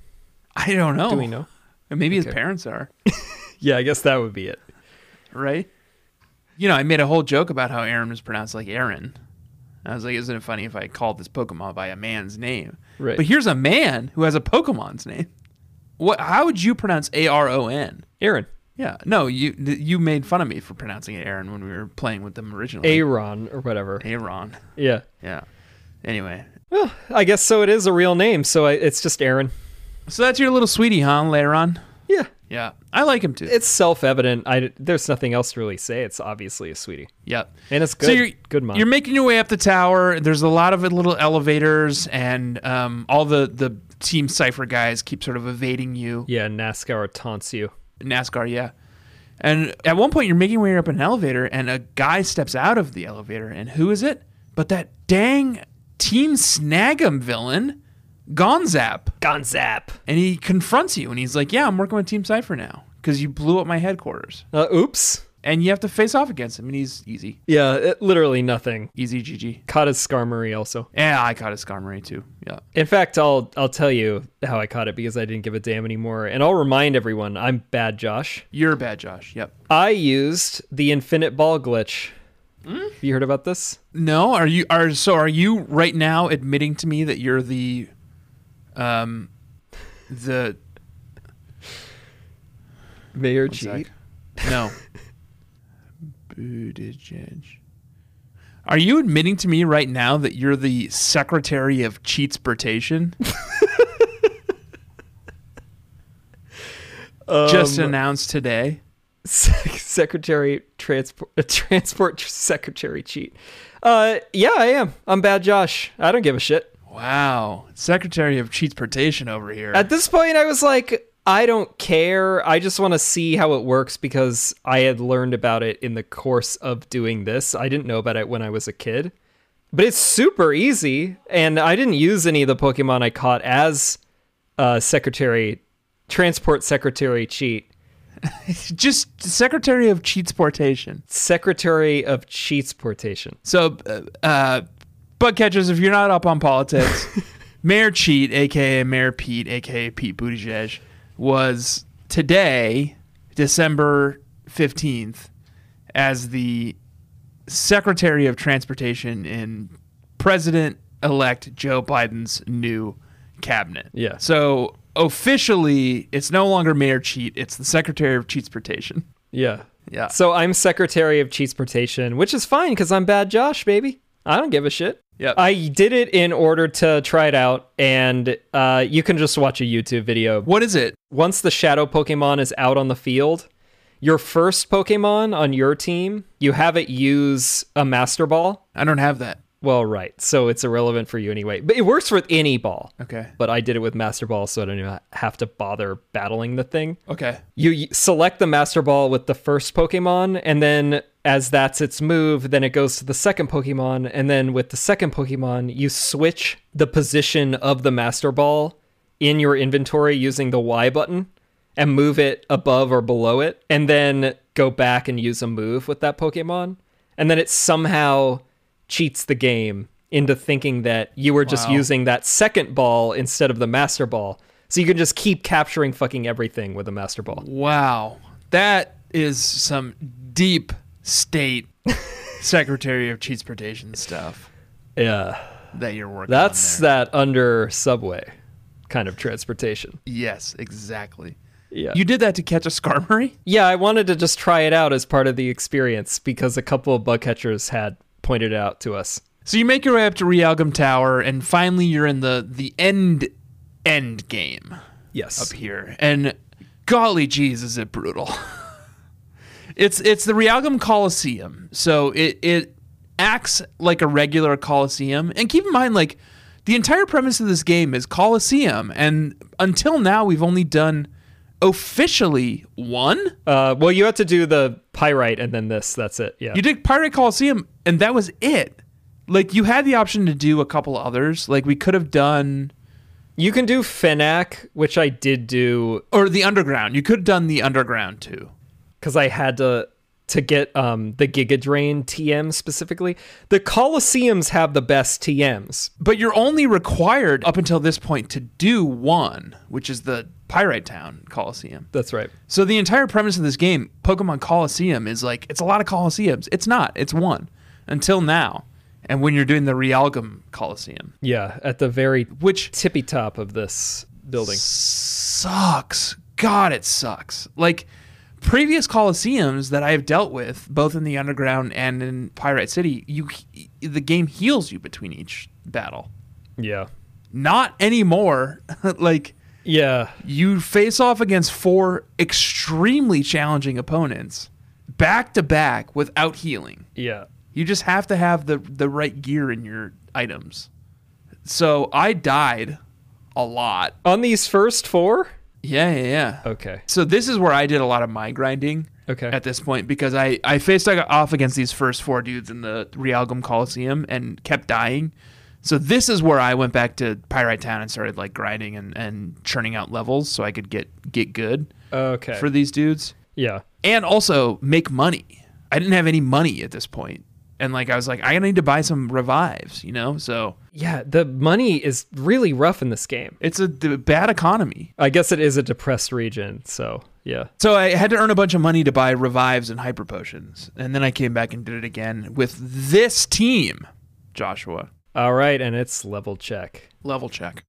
Speaker 1: I don't know.
Speaker 2: Do we know?
Speaker 1: Maybe his
Speaker 2: Okay.
Speaker 1: parents are.
Speaker 2: Oh. Yeah, I guess that would be it.
Speaker 1: right? You know, I made a whole joke about how Aaron was pronounced like Aaron. I was like, isn't it funny if I called this Pokemon by a man's name?
Speaker 2: Right.
Speaker 1: But here's a man who has a Pokemon's name. What? How would you pronounce A R O N?
Speaker 2: Aaron.
Speaker 1: Yeah. No, you th- you made fun of me for pronouncing it Aaron when we were playing with them originally.
Speaker 2: Aaron or whatever.
Speaker 1: Aaron.
Speaker 2: Yeah.
Speaker 1: Yeah. Anyway,
Speaker 2: Well, I guess so. It is a real name, so I, it's just Aaron.
Speaker 1: so that's your little sweetie, huh, Laron?
Speaker 2: Yeah,
Speaker 1: Yeah, I like him too.
Speaker 2: it's self-evident. I there's nothing else to really say. It's obviously a sweetie,
Speaker 1: yep.
Speaker 2: and it's good.
Speaker 1: So you're
Speaker 2: good mom.
Speaker 1: You're making your way up the tower. There's a lot of little elevators, and um, all the the team cipher guys keep sort of evading you.
Speaker 2: yeah, NASCAR taunts you.
Speaker 1: NASCAR, yeah. And at one point, you're making your way up an elevator, and a guy steps out of the elevator, and who is it? But that dang team Snag'em villain, Gonzap,
Speaker 2: Gonzap.
Speaker 1: and he confronts you, and he's like, "Yeah, I'm working with Team Cipher now because you blew up my headquarters,
Speaker 2: Uh, oops.
Speaker 1: and you have to face off against him, and he's easy,
Speaker 2: Yeah, it, literally nothing.
Speaker 1: easy, GG."
Speaker 2: Caught his Skarmory also.
Speaker 1: Yeah, I caught his Skarmory too. Yeah.
Speaker 2: In fact, I'll I'll tell you how I caught it because I didn't give a damn anymore. And I'll remind everyone, I'm bad, Josh.
Speaker 1: You're bad, Josh. Yep.
Speaker 2: I used the infinite ball glitch. Have you heard about this?
Speaker 1: No, are you are so are you right now admitting to me that you're the um the
Speaker 2: Mayor
Speaker 1: Zach? No. Buttigieg. Are you admitting to me right now that you're the secretary of cheatsportation? Just announced today.
Speaker 2: Sec- secretary transport uh, transport secretary cheat. Uh, yeah, I am. I'm bad, Josh. I don't give a shit.
Speaker 1: Wow. Secretary of cheatsportation over here.
Speaker 2: At this point, I was like, I don't care. I just want to see how it works because I had learned about it in the course of doing this. I didn't know about it when I was a kid. But it's super easy, and I didn't use any of the Pokemon I caught as uh, Secretary, Transport Secretary Cheat,
Speaker 1: Just Secretary of Cheatsportation.
Speaker 2: Secretary of Cheatsportation.
Speaker 1: So, uh, uh, bug catchers, if you're not up on politics, Mayor Cheat, aka Mayor Pete, aka Pete Buttigieg, was today, December 15th, as the Secretary of Transportation in President elect Joe Biden's new cabinet.
Speaker 2: Yeah.
Speaker 1: So, officially, it's no longer Mayor Cheat, it's the Secretary of Cheatsportation.
Speaker 2: Yeah.
Speaker 1: Yeah.
Speaker 2: So I'm Secretary of Cheatsportation, which is fine because I'm Bad Josh, baby. I don't give a shit.
Speaker 1: Yep.
Speaker 2: I did it in order to try it out, and uh, you can just watch a YouTube video.
Speaker 1: What is it?
Speaker 2: Once the shadow Pokemon is out on the field, your first Pokemon on your team, you have it use a Master Ball.
Speaker 1: I don't have that.
Speaker 2: Well, right. So it's irrelevant for you anyway. But it works with any ball.
Speaker 1: Okay.
Speaker 2: But I did it with Master Ball, so I don't even have to bother battling the thing
Speaker 1: Okay.
Speaker 2: you y- select the master ball with the first pokemon and then as that's its move then it goes to the second pokemon and then with the second pokemon you switch the position of the master ball in your inventory using the y button and move it above or below it and then go back and use a move with that pokemon and then it somehow cheats the game into thinking that you were just
Speaker 1: Wow.
Speaker 2: using that second ball instead of the master ball so you can just keep capturing fucking everything with a master ball
Speaker 1: Wow. That is some deep state Secretary of Cheatsportation stuff
Speaker 2: Yeah.
Speaker 1: that you're working
Speaker 2: That's
Speaker 1: on. there.
Speaker 2: that under subway kind of transportation.
Speaker 1: Yes, exactly.
Speaker 2: Yeah.
Speaker 1: You did that to catch a Skarmory?
Speaker 2: yeah, I wanted to just try it out as part of the experience because a couple of bug catchers had pointed it out to us.
Speaker 1: So you make your way up to Realgum Tower and finally you're in the the end end game
Speaker 2: Yes.
Speaker 1: up here. And golly geez is it brutal. it's it's the Realgum Coliseum. So it it acts like a regular Coliseum. And keep in mind like the entire premise of this game is Coliseum and until now we've only done officially one.
Speaker 2: Uh, well, you have to do the pyrite and then this. That's it. Yeah.
Speaker 1: You did Pirate Coliseum, and that was it. Like you had the option to do a couple others. Like we could have done,
Speaker 2: you can do Finac, which I did do
Speaker 1: or the Underground. You could have done the Underground too.
Speaker 2: because I had to to get um, the Giga Drain TM specifically. The Colosseums have the best TMs.
Speaker 1: But you're only required up until this point to do one, which is the Pirate Town Coliseum.
Speaker 2: That's right.
Speaker 1: So the entire premise of this game, Pokemon Coliseum, is like it's a lot of Coliseums. It's not. It's one until now, and when you're doing the Realgum Coliseum,
Speaker 2: Yeah, at the very
Speaker 1: which
Speaker 2: tippy top of this building.
Speaker 1: sucks. God, it sucks. Like previous coliseums that I have dealt with, both in the underground and in Pirate City, you the game heals you between each battle.
Speaker 2: Yeah.
Speaker 1: Not anymore. like
Speaker 2: Yeah.
Speaker 1: you face off against four extremely challenging opponents back to back without healing.
Speaker 2: Yeah.
Speaker 1: You just have to have the the right gear in your items. So I died a lot.
Speaker 2: On these first four?
Speaker 1: Yeah, yeah, yeah.
Speaker 2: Okay.
Speaker 1: So this is where I did a lot of my grinding
Speaker 2: Okay.
Speaker 1: at this point because I, I faced off against these first four dudes in the Realgum Coliseum and kept dying. So this is where I went back to Pyrite Town and started like grinding and, and churning out levels so I could get get good
Speaker 2: okay.
Speaker 1: for these dudes
Speaker 2: yeah.
Speaker 1: and also make money. I didn't have any money at this point. And like I was like I need to buy some revives, you know? So
Speaker 2: Yeah, the money is really rough in this game.
Speaker 1: it's a d- bad economy.
Speaker 2: I guess it is a depressed region, so yeah.
Speaker 1: So I had to earn a bunch of money to buy revives and hyper potions, and then I came back and did it again with this team, Joshua.
Speaker 2: All right, and it's level check.
Speaker 1: Level check.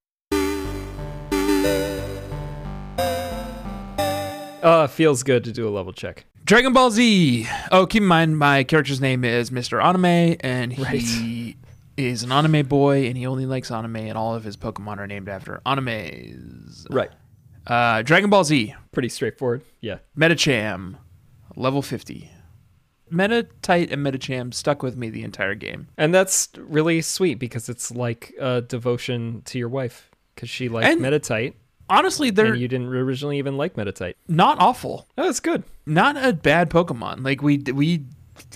Speaker 2: Uh, feels good to do a level check.
Speaker 1: Dragon Ball Z. Oh, keep in mind my character's name is Mr. Anime, and he
Speaker 2: Right.
Speaker 1: is an anime boy, and he only likes anime, and all of his Pokemon are named after animes.
Speaker 2: Right.
Speaker 1: Uh, Dragon Ball Z.
Speaker 2: Pretty straightforward. Yeah.
Speaker 1: Metacham, level 50. Metatite and Metacham stuck with me the entire game.
Speaker 2: And that's really sweet because it's like a devotion to your wife because she liked
Speaker 1: And-
Speaker 2: Metatite.
Speaker 1: honestly, they're
Speaker 2: and you didn't originally even like Meditite.
Speaker 1: not awful.
Speaker 2: Oh, that's good.
Speaker 1: Not a bad Pokemon. Like we we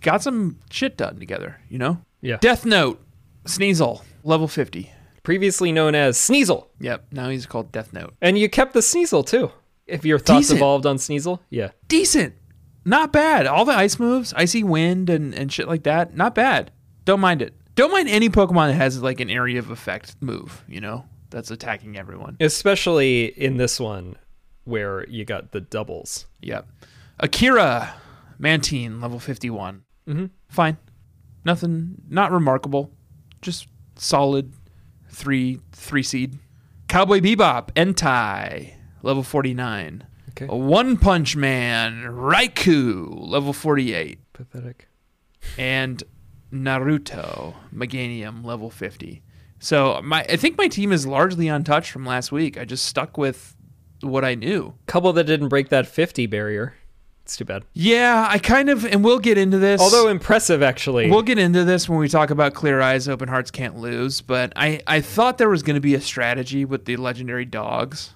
Speaker 1: got some shit done together. You know.
Speaker 2: Yeah.
Speaker 1: Death Note, Sneasel, level fifty.
Speaker 2: Previously known as Sneasel.
Speaker 1: Yep. Now he's called Death Note.
Speaker 2: And you kept the Sneasel too. If your thoughts
Speaker 1: Decent.
Speaker 2: evolved on Sneasel, yeah.
Speaker 1: Decent. Not bad. All the ice moves, icy wind, and and shit like that. Not bad. Don't mind it. Don't mind any Pokemon that has like an area of effect move. You know, that's attacking everyone.
Speaker 2: Especially in this one where you got the doubles.
Speaker 1: Yep. Akira Mantine, level 51.
Speaker 2: Mhm.
Speaker 1: Fine. Nothing, not remarkable. Just solid three three seed. Cowboy Bebop, Entai, level 49.
Speaker 2: Okay.
Speaker 1: A One Punch Man, Raikou, level 48.
Speaker 2: Pathetic.
Speaker 1: And Naruto, Meganium, level 50. So my I think my team is largely untouched from last week. I just stuck with what I knew.
Speaker 2: Couple that didn't break that 50 barrier. It's too bad.
Speaker 1: Yeah, I kind of and we'll get into this.
Speaker 2: Although impressive, actually.
Speaker 1: We'll get into this when we talk about clear eyes, open hearts can't lose. But I, I thought there was going to be a strategy with the legendary dogs,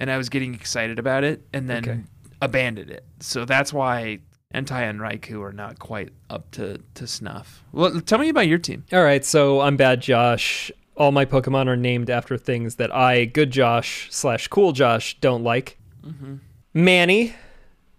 Speaker 1: and I was getting excited about it, and then
Speaker 2: Okay.
Speaker 1: abandoned it. So that's why Entai and Raikou are not quite up to, to snuff. Well, tell me about your team.
Speaker 2: All right, so I'm Bad Josh. All my Pokemon are named after things that I, Good Josh slash Cool Josh, don't like. Manny,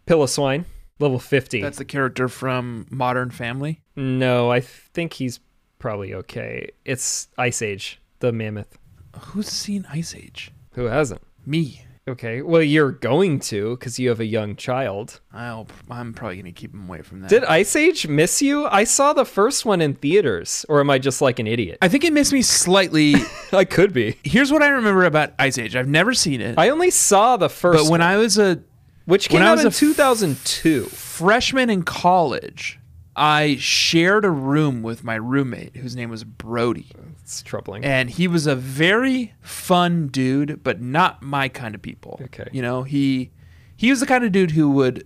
Speaker 2: Pilliswine, level 50.
Speaker 1: That's the character from Modern Family.
Speaker 2: No, I think he's probably okay. It's Ice Age, the mammoth.
Speaker 1: Who's seen Ice Age?
Speaker 2: Who hasn't?
Speaker 1: Me.
Speaker 2: Okay, well, you're going to because you have a young child.
Speaker 1: I'll, I'm probably going to keep him away from that.
Speaker 2: Did Ice Age miss you? I saw the first one in theaters, or am I just like an idiot?
Speaker 1: I think it missed me slightly.
Speaker 2: I could be.
Speaker 1: Here's what I remember about Ice Age. I've never seen it.
Speaker 2: I only saw the first
Speaker 1: but when I was a
Speaker 2: which
Speaker 1: when
Speaker 2: came
Speaker 1: I
Speaker 2: out
Speaker 1: was
Speaker 2: in
Speaker 1: a f-
Speaker 2: 2002.
Speaker 1: freshman in college, I shared a room with my roommate whose name was Brody.
Speaker 2: It's troubling.
Speaker 1: And he was a very fun dude, but not my kind of people.
Speaker 2: Okay.
Speaker 1: You know, he he was the kind of dude who would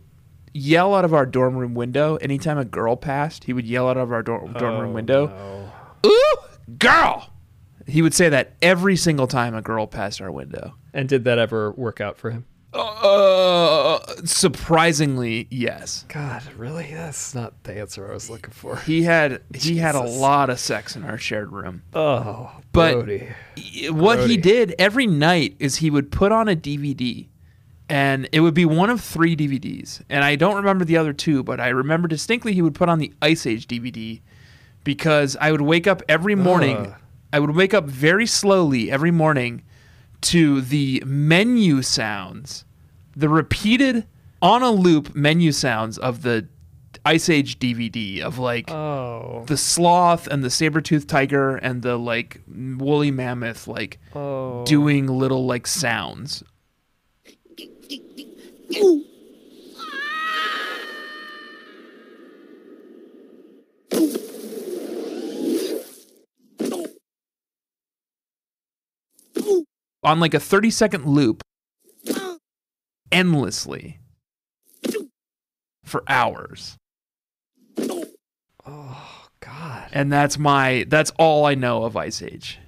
Speaker 1: yell out of our dorm room window anytime a girl passed, he would yell out of our dor- dorm room window. Ooh, girl. He would say that every single time a girl passed our window.
Speaker 2: And did that ever work out for him?
Speaker 1: Uh, surprisingly, yes.
Speaker 2: God, really? That's not the answer I was looking for.
Speaker 1: He had he had a
Speaker 2: Jesus.
Speaker 1: lot of sex in our shared room.
Speaker 2: Oh,
Speaker 1: But-
Speaker 2: Brody.
Speaker 1: Y- What
Speaker 2: Brody.
Speaker 1: he did every night is he would put on a DVD, and it would be one of three DVDs, and I don't remember the other two, but I remember distinctly he would put on the Ice Age DVD because I would wake up every morning.
Speaker 2: Ugh.
Speaker 1: I would wake up very slowly every morning to the menu sounds, the repeated on a loop menu sounds of the Ice Age DVD of like
Speaker 2: Oh,
Speaker 1: the sloth and the saber-toothed tiger and the like woolly mammoth like
Speaker 2: oh.
Speaker 1: doing little like sounds on like a 30 second loop endlessly for hours
Speaker 2: Oh, God.
Speaker 1: and that's my that's all i know of ice age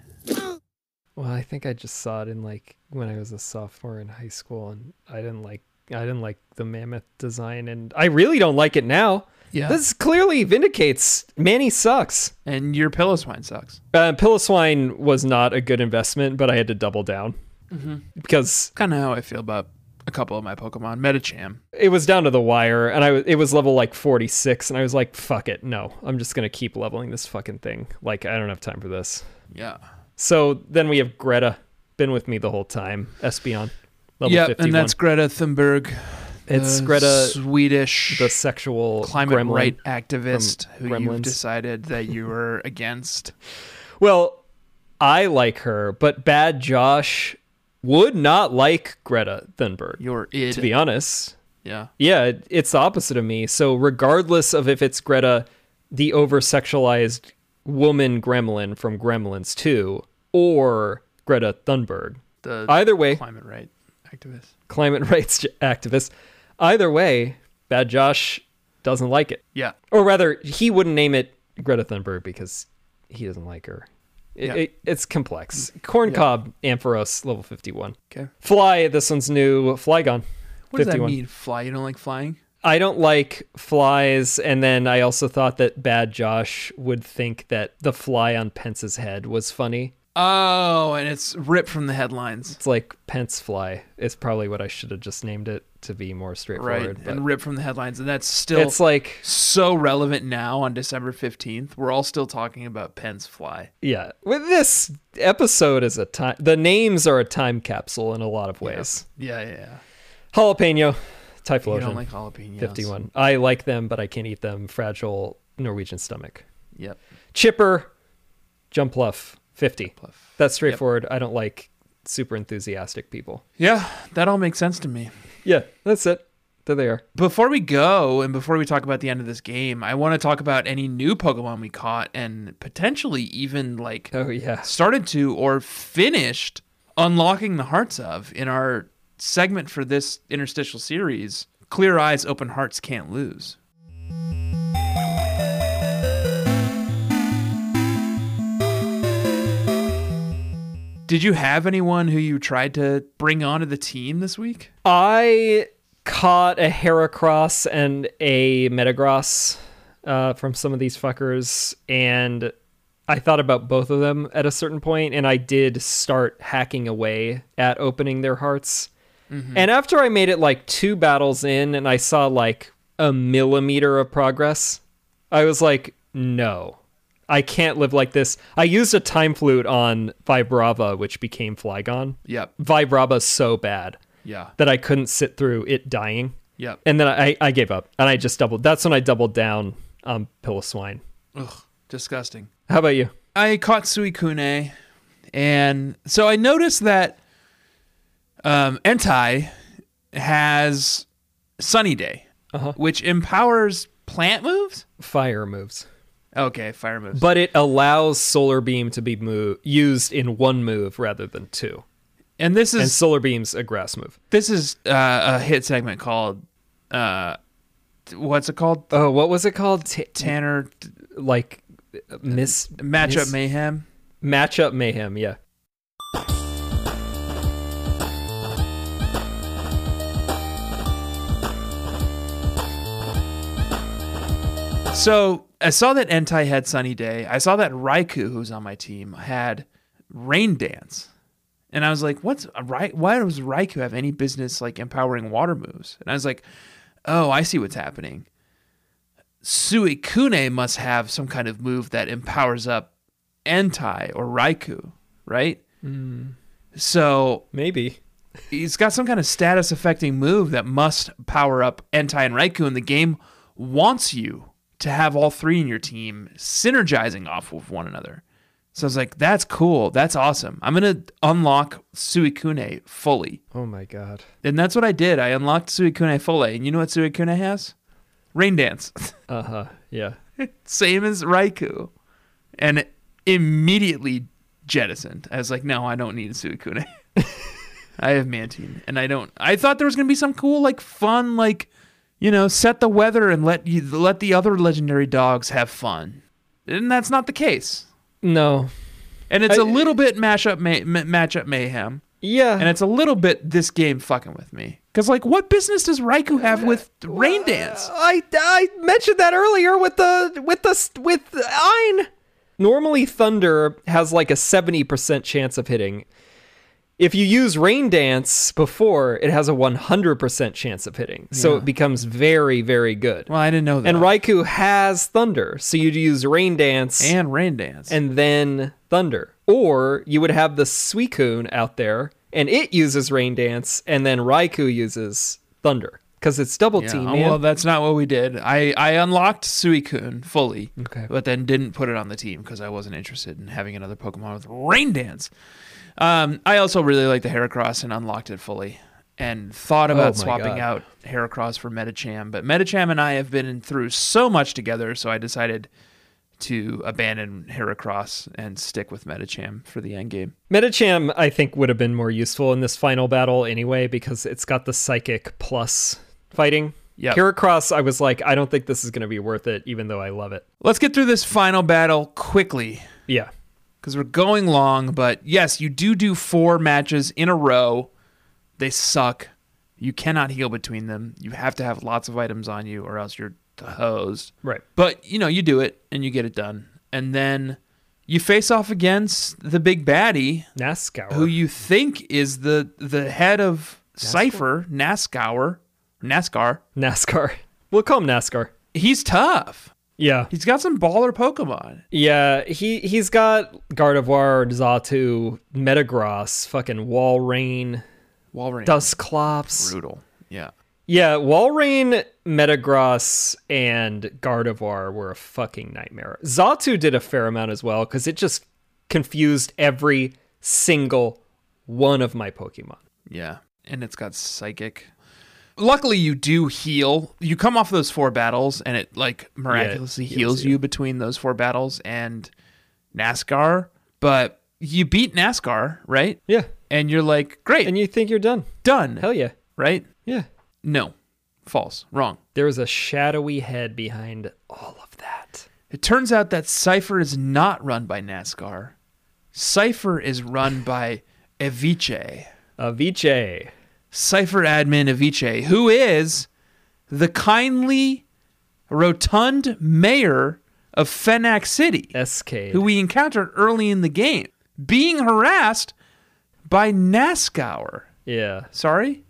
Speaker 2: Well, I think I just saw it in like when I was a sophomore in high school, and I didn't like. I didn't like the mammoth design, and I really don't like it now.
Speaker 1: yeah
Speaker 2: This clearly vindicates Manny sucks.
Speaker 1: and your pillow swine sucks
Speaker 2: Uh, Pilliswine was not a good investment, but I had to double down because
Speaker 1: kind of how i feel about a couple of my pokemon metacham
Speaker 2: it was down to the wire and I w- it was level like 46 and I was like fuck it no I'm just going to keep leveling this fucking thing like I don't have time for this.
Speaker 1: yeah
Speaker 2: So then we have Greta been with me the whole time Espeon level
Speaker 1: yep
Speaker 2: 51.
Speaker 1: and that's uh, greta thunberg
Speaker 2: it's
Speaker 1: the
Speaker 2: Greta
Speaker 1: swedish
Speaker 2: the sexual
Speaker 1: climate
Speaker 2: gremlin.
Speaker 1: right activist who
Speaker 2: from
Speaker 1: you've
Speaker 2: Gremlins.
Speaker 1: decided that you were against
Speaker 2: Well, I like her, but bad Josh would not like Greta Thunberg
Speaker 1: your id
Speaker 2: to be honest.
Speaker 1: yeah
Speaker 2: Yeah, it- it's the opposite of me. So regardless of if it's Greta, the over sexualized woman gremlin from Gremlins 2, or Greta Thunberg.
Speaker 1: the
Speaker 2: Either way,
Speaker 1: climate right activist
Speaker 2: climate rights j- activist. Either way, Bad Josh doesn't like it.
Speaker 1: yeah
Speaker 2: Or rather, he wouldn't name it Greta Thunberg because he doesn't like her. It,
Speaker 1: Yeah.
Speaker 2: it, it's complex. Corn cob Ampharos level 51.
Speaker 1: Okay.
Speaker 2: Fly, this one's new. Flygon.
Speaker 1: What does that mean? Fly? You don't like flying?
Speaker 2: I don't like flies, and then I also thought that Bad Josh would think that the fly on Pence's head was funny.
Speaker 1: Oh, and it's ripped from the headlines.
Speaker 2: It's like Pence Fly is probably what I should have just named it to be more
Speaker 1: Right.
Speaker 2: straightforward. but
Speaker 1: And ripped from the headlines. And that's still
Speaker 2: it's like,
Speaker 1: so relevant now on December 15th. We're all still talking about Penn's fly.
Speaker 2: yeah, with this episode is a time. The names are a time capsule in a lot of ways.
Speaker 1: Yeah, yeah. yeah.
Speaker 2: Jalapeno,
Speaker 1: You
Speaker 2: Typhlosion,
Speaker 1: don't like jalapenos.
Speaker 2: 51. I like them, but I can't eat them. Fragile Norwegian stomach.
Speaker 1: Yep.
Speaker 2: Chipper, Jump Luff, 50.
Speaker 1: Pluff.
Speaker 2: That's straightforward. I don't like super enthusiastic people.
Speaker 1: Yeah, that all makes sense to me.
Speaker 2: Yeah, that's it. There they are.
Speaker 1: Before we go and before we talk about the end of this game, I want to talk about any new Pokemon we caught and potentially even like
Speaker 2: Oh yeah.
Speaker 1: started to or finished unlocking the hearts of in our segment for this interstitial series Clear Eyes, Open Hearts Can't Lose. Did you have anyone who you tried to bring onto the team this week?
Speaker 2: I caught a Heracross and a Metagross uh, from some of these fuckers, and I thought about both of them at a certain point, and I did start hacking away at opening their hearts. And after I made it like two battles in, and I saw like a millimeter of progress, I was like, no. I can't live like this. I used a time flute on Vibrava, which became Flygon.
Speaker 1: Yep.
Speaker 2: Vibrava's so bad
Speaker 1: Yeah.
Speaker 2: that I couldn't sit through it dying.
Speaker 1: Yep.
Speaker 2: And then I, I gave up and I just doubled. That's when I doubled down on Pill of Swine.
Speaker 1: Ugh. Disgusting.
Speaker 2: How about you?
Speaker 1: I caught Suicune, and so I noticed that um, Entai has Sunny Day,
Speaker 2: Uh-huh.
Speaker 1: which empowers plant moves.
Speaker 2: Fire moves.
Speaker 1: Okay, fire moves.
Speaker 2: But it allows Solar Beam to be mo- used in one move rather than two.
Speaker 1: and this
Speaker 2: And
Speaker 1: is
Speaker 2: Solar Beam's a grass move.
Speaker 1: this is uh, a hit segment called uh, t- what's it called?
Speaker 2: Oh, what was it called? T- t-
Speaker 1: Tanner t-
Speaker 2: like uh, miss
Speaker 1: matchup
Speaker 2: miss-
Speaker 1: mayhem.
Speaker 2: matchup mayhem. Yeah.
Speaker 1: So I saw that Entai had Sunny Day. I saw that Raikou, who's on my team, had Rain Dance, and I was like, "What's right? Why does Raikou have any business like empowering water moves?" And I was like, "Oh, I see what's happening. Suicune must have some kind of move that empowers up Entai or Raikou, right?" So
Speaker 2: Maybe.
Speaker 1: he's got some kind of status affecting move that must power up Entai and Raikou, and the game wants you to have all three in your team synergizing off of one another. So I was like, that's cool. That's awesome. I'm going to unlock Suicune fully.
Speaker 2: Oh my God.
Speaker 1: And that's what I did. I unlocked Suicune fully. And you know what Suicune has? Rain Dance.
Speaker 2: Uh huh. Yeah.
Speaker 1: Same as Raikou. And immediately jettisoned. I was like, no, I don't need a Suicune. I have Mantine, and I don't. I thought there was gonna be some cool, like, fun, like, you know, set the weather and let you let the other legendary dogs have fun, and that's not the case.
Speaker 2: No.
Speaker 1: And it's a
Speaker 2: I-
Speaker 1: little bit mashup, may, ma- matchup mayhem,
Speaker 2: Yeah.
Speaker 1: and it's a little bit this game fucking with me. Cause like, what business does Raikou have with Rain Dance?
Speaker 2: I, I mentioned that earlier with the with the with Ein. Normally, thunder has like a seventy percent chance of hitting. If you use rain dance before, it has a one hundred percent chance of hitting. So it becomes very very good.
Speaker 1: Well, I didn't know that.
Speaker 2: and Raikou has thunder, so you'd use rain dance
Speaker 1: and Rain Dance,
Speaker 2: and then thunder, or you would have the Suicune out there and it uses rain dance, and then Raikou uses thunder because it's double
Speaker 1: Yeah,
Speaker 2: team.
Speaker 1: oh,
Speaker 2: man.
Speaker 1: Well, that's not what we did. I, I unlocked Suicune fully,
Speaker 2: Okay.
Speaker 1: but then didn't put it on the team because I wasn't interested in having another Pokemon with Rain Dance. Um, I also really liked the Heracross and unlocked it fully and thought about
Speaker 2: Oh my
Speaker 1: swapping
Speaker 2: God.
Speaker 1: out Heracross for Metacham, but Metacham and I have been through so much together, so I decided to abandon Heracross and stick with Metacham for the end game.
Speaker 2: Metacham, I think, would have been more useful in this final battle anyway because it's got the psychic plus fighting.
Speaker 1: Yep.
Speaker 2: Heracross, I was like, I don't think this is going to be worth it, even though I love it.
Speaker 1: Let's get through this final battle quickly.
Speaker 2: Yeah.
Speaker 1: because we're going long. But yes, you do do four matches in a row. They suck. You cannot heal between them. You have to have lots of items on you, or else you're hosed.
Speaker 2: Right.
Speaker 1: But you know, you do it and you get it done, and then you face off against the big baddie,
Speaker 2: Nascar.
Speaker 1: who you think is the the head of Cipher Nascar. Nascar.
Speaker 2: NASCAR. We'll call him NASCAR.
Speaker 1: He's tough.
Speaker 2: Yeah.
Speaker 1: He's got some baller Pokemon.
Speaker 2: Yeah, he he's got Gardevoir, Zatu, Metagross, fucking Walrein,
Speaker 1: Walrein.
Speaker 2: Dusclops.
Speaker 1: brutal. Yeah.
Speaker 2: Yeah, Walrein, Metagross, and Gardevoir were a fucking nightmare. Zatu did a fair amount as well because it just confused every single one of my Pokemon.
Speaker 1: Yeah. And it's got psychic. Luckily you do heal. You come off those four battles and it like miraculously
Speaker 2: heals
Speaker 1: heals
Speaker 2: you.
Speaker 1: you between those four battles and NASCAR, but you beat NASCAR, right?
Speaker 2: Yeah,
Speaker 1: And you're like, "Great,
Speaker 2: and you think you're done?
Speaker 1: done."
Speaker 2: Hell yeah,
Speaker 1: Right?
Speaker 2: yeah.
Speaker 1: No. False. Wrong.
Speaker 2: There was a shadowy head behind all of that.
Speaker 1: It turns out that Cypher is not run by NASCAR. Cypher is run by Eviche.
Speaker 2: Avicii.
Speaker 1: Cypher admin Eviche, who is the kindly, rotund mayor of Fenac City,
Speaker 2: SK.
Speaker 1: who we encountered early in the game, being harassed by NASCAR.
Speaker 2: Yeah.
Speaker 1: Sorry?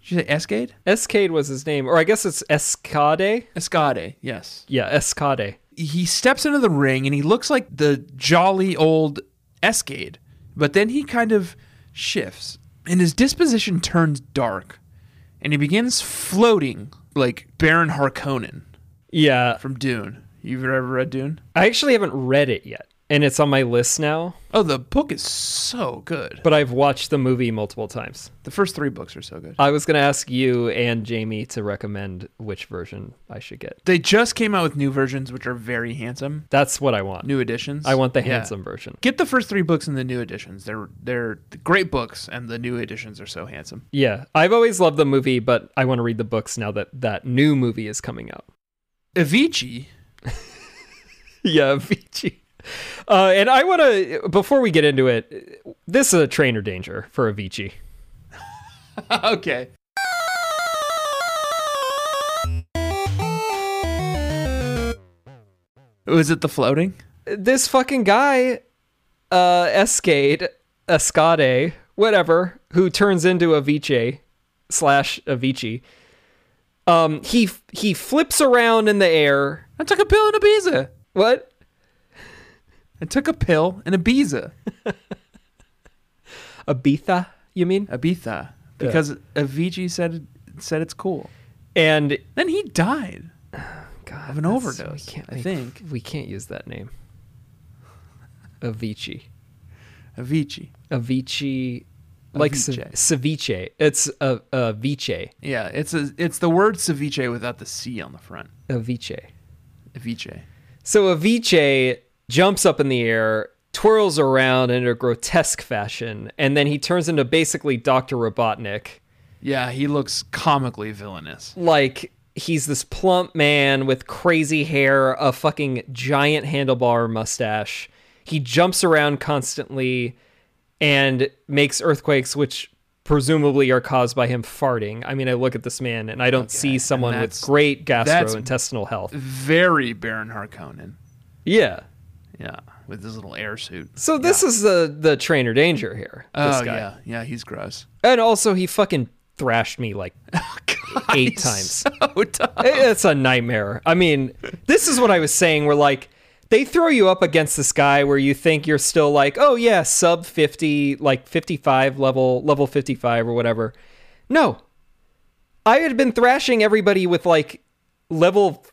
Speaker 1: Did you say Escade?
Speaker 2: Escade was his name, or I guess it's Escade.
Speaker 1: Escade, yes.
Speaker 2: Yeah, Escade.
Speaker 1: he steps into the ring and he looks like the jolly old Escade, but then he kind of shifts and his disposition turns dark and he begins floating like Baron Harkonnen
Speaker 2: Yeah,
Speaker 1: from Dune. You've ever read Dune?
Speaker 2: I actually haven't read it yet, and it's on my list now.
Speaker 1: Oh, the book is so good.
Speaker 2: But I've watched the movie multiple times.
Speaker 1: The first three books are so good.
Speaker 2: I was gonna ask you and Jamie to recommend which version I should get.
Speaker 1: They just came out with new versions, which are very handsome.
Speaker 2: That's what I want.
Speaker 1: New editions.
Speaker 2: I want the
Speaker 1: Yeah.
Speaker 2: handsome version.
Speaker 1: Get the first three books and the new editions. They're they're great books, and the new editions are so handsome.
Speaker 2: Yeah, I've always loved the movie, but I want to read the books now that that new movie is coming out.
Speaker 1: Avicii
Speaker 2: yeah, Avicii. Uh, and I want to before we get into it, this is a trainer danger for Avicii.
Speaker 1: okay. Was it the floating?
Speaker 2: this fucking guy, uh, Escade, Escade, whatever, who turns into Avicii slash Avicii. Um, he he flips around in the air.
Speaker 1: I took a pill in Ibiza.
Speaker 2: What?
Speaker 1: I took a pill in Ibiza.
Speaker 2: Ibiza, you mean?
Speaker 1: Ibiza. Because Avicii said said it's cool.
Speaker 2: And
Speaker 1: Then he died.
Speaker 2: God,
Speaker 1: Of an
Speaker 2: that's-
Speaker 1: overdose,
Speaker 2: We can't
Speaker 1: I
Speaker 2: make-
Speaker 1: think.
Speaker 2: we can't use that name. Avicii,
Speaker 1: Avicii.
Speaker 2: Avicii, like ce-
Speaker 1: Avicii.
Speaker 2: ceviche. It's a Avicii,
Speaker 1: Yeah, it's a, it's the word ceviche without the C on the front.
Speaker 2: Avicii.
Speaker 1: Avicii.
Speaker 2: So Avicii jumps up in the air, twirls around in a grotesque fashion, and then he turns into basically Dr. Robotnik.
Speaker 1: Yeah, he looks comically villainous.
Speaker 2: Like he's this plump man with crazy hair, a fucking giant handlebar mustache. He jumps around constantly and makes earthquakes, which presumably are caused by him farting. I mean, I look at this man and I don't see
Speaker 1: and
Speaker 2: someone with
Speaker 1: that's-
Speaker 2: great
Speaker 1: that's-
Speaker 2: gastrointestinal health.
Speaker 1: Very Baron Harkonnen.
Speaker 2: Yeah.
Speaker 1: Yeah, with his little air suit.
Speaker 2: So this is the the trainer danger here. This
Speaker 1: Oh
Speaker 2: guy.
Speaker 1: yeah, yeah, he's gross.
Speaker 2: And also, he fucking thrashed me like
Speaker 1: Oh,
Speaker 2: eight times.
Speaker 1: So tough.
Speaker 2: It's a nightmare. I mean, this is what I was saying. We're like, they throw you up against this guy where you think you're still like, oh yeah, sub 50, like 55 level, level 55 or whatever. No. I had been thrashing everybody with like level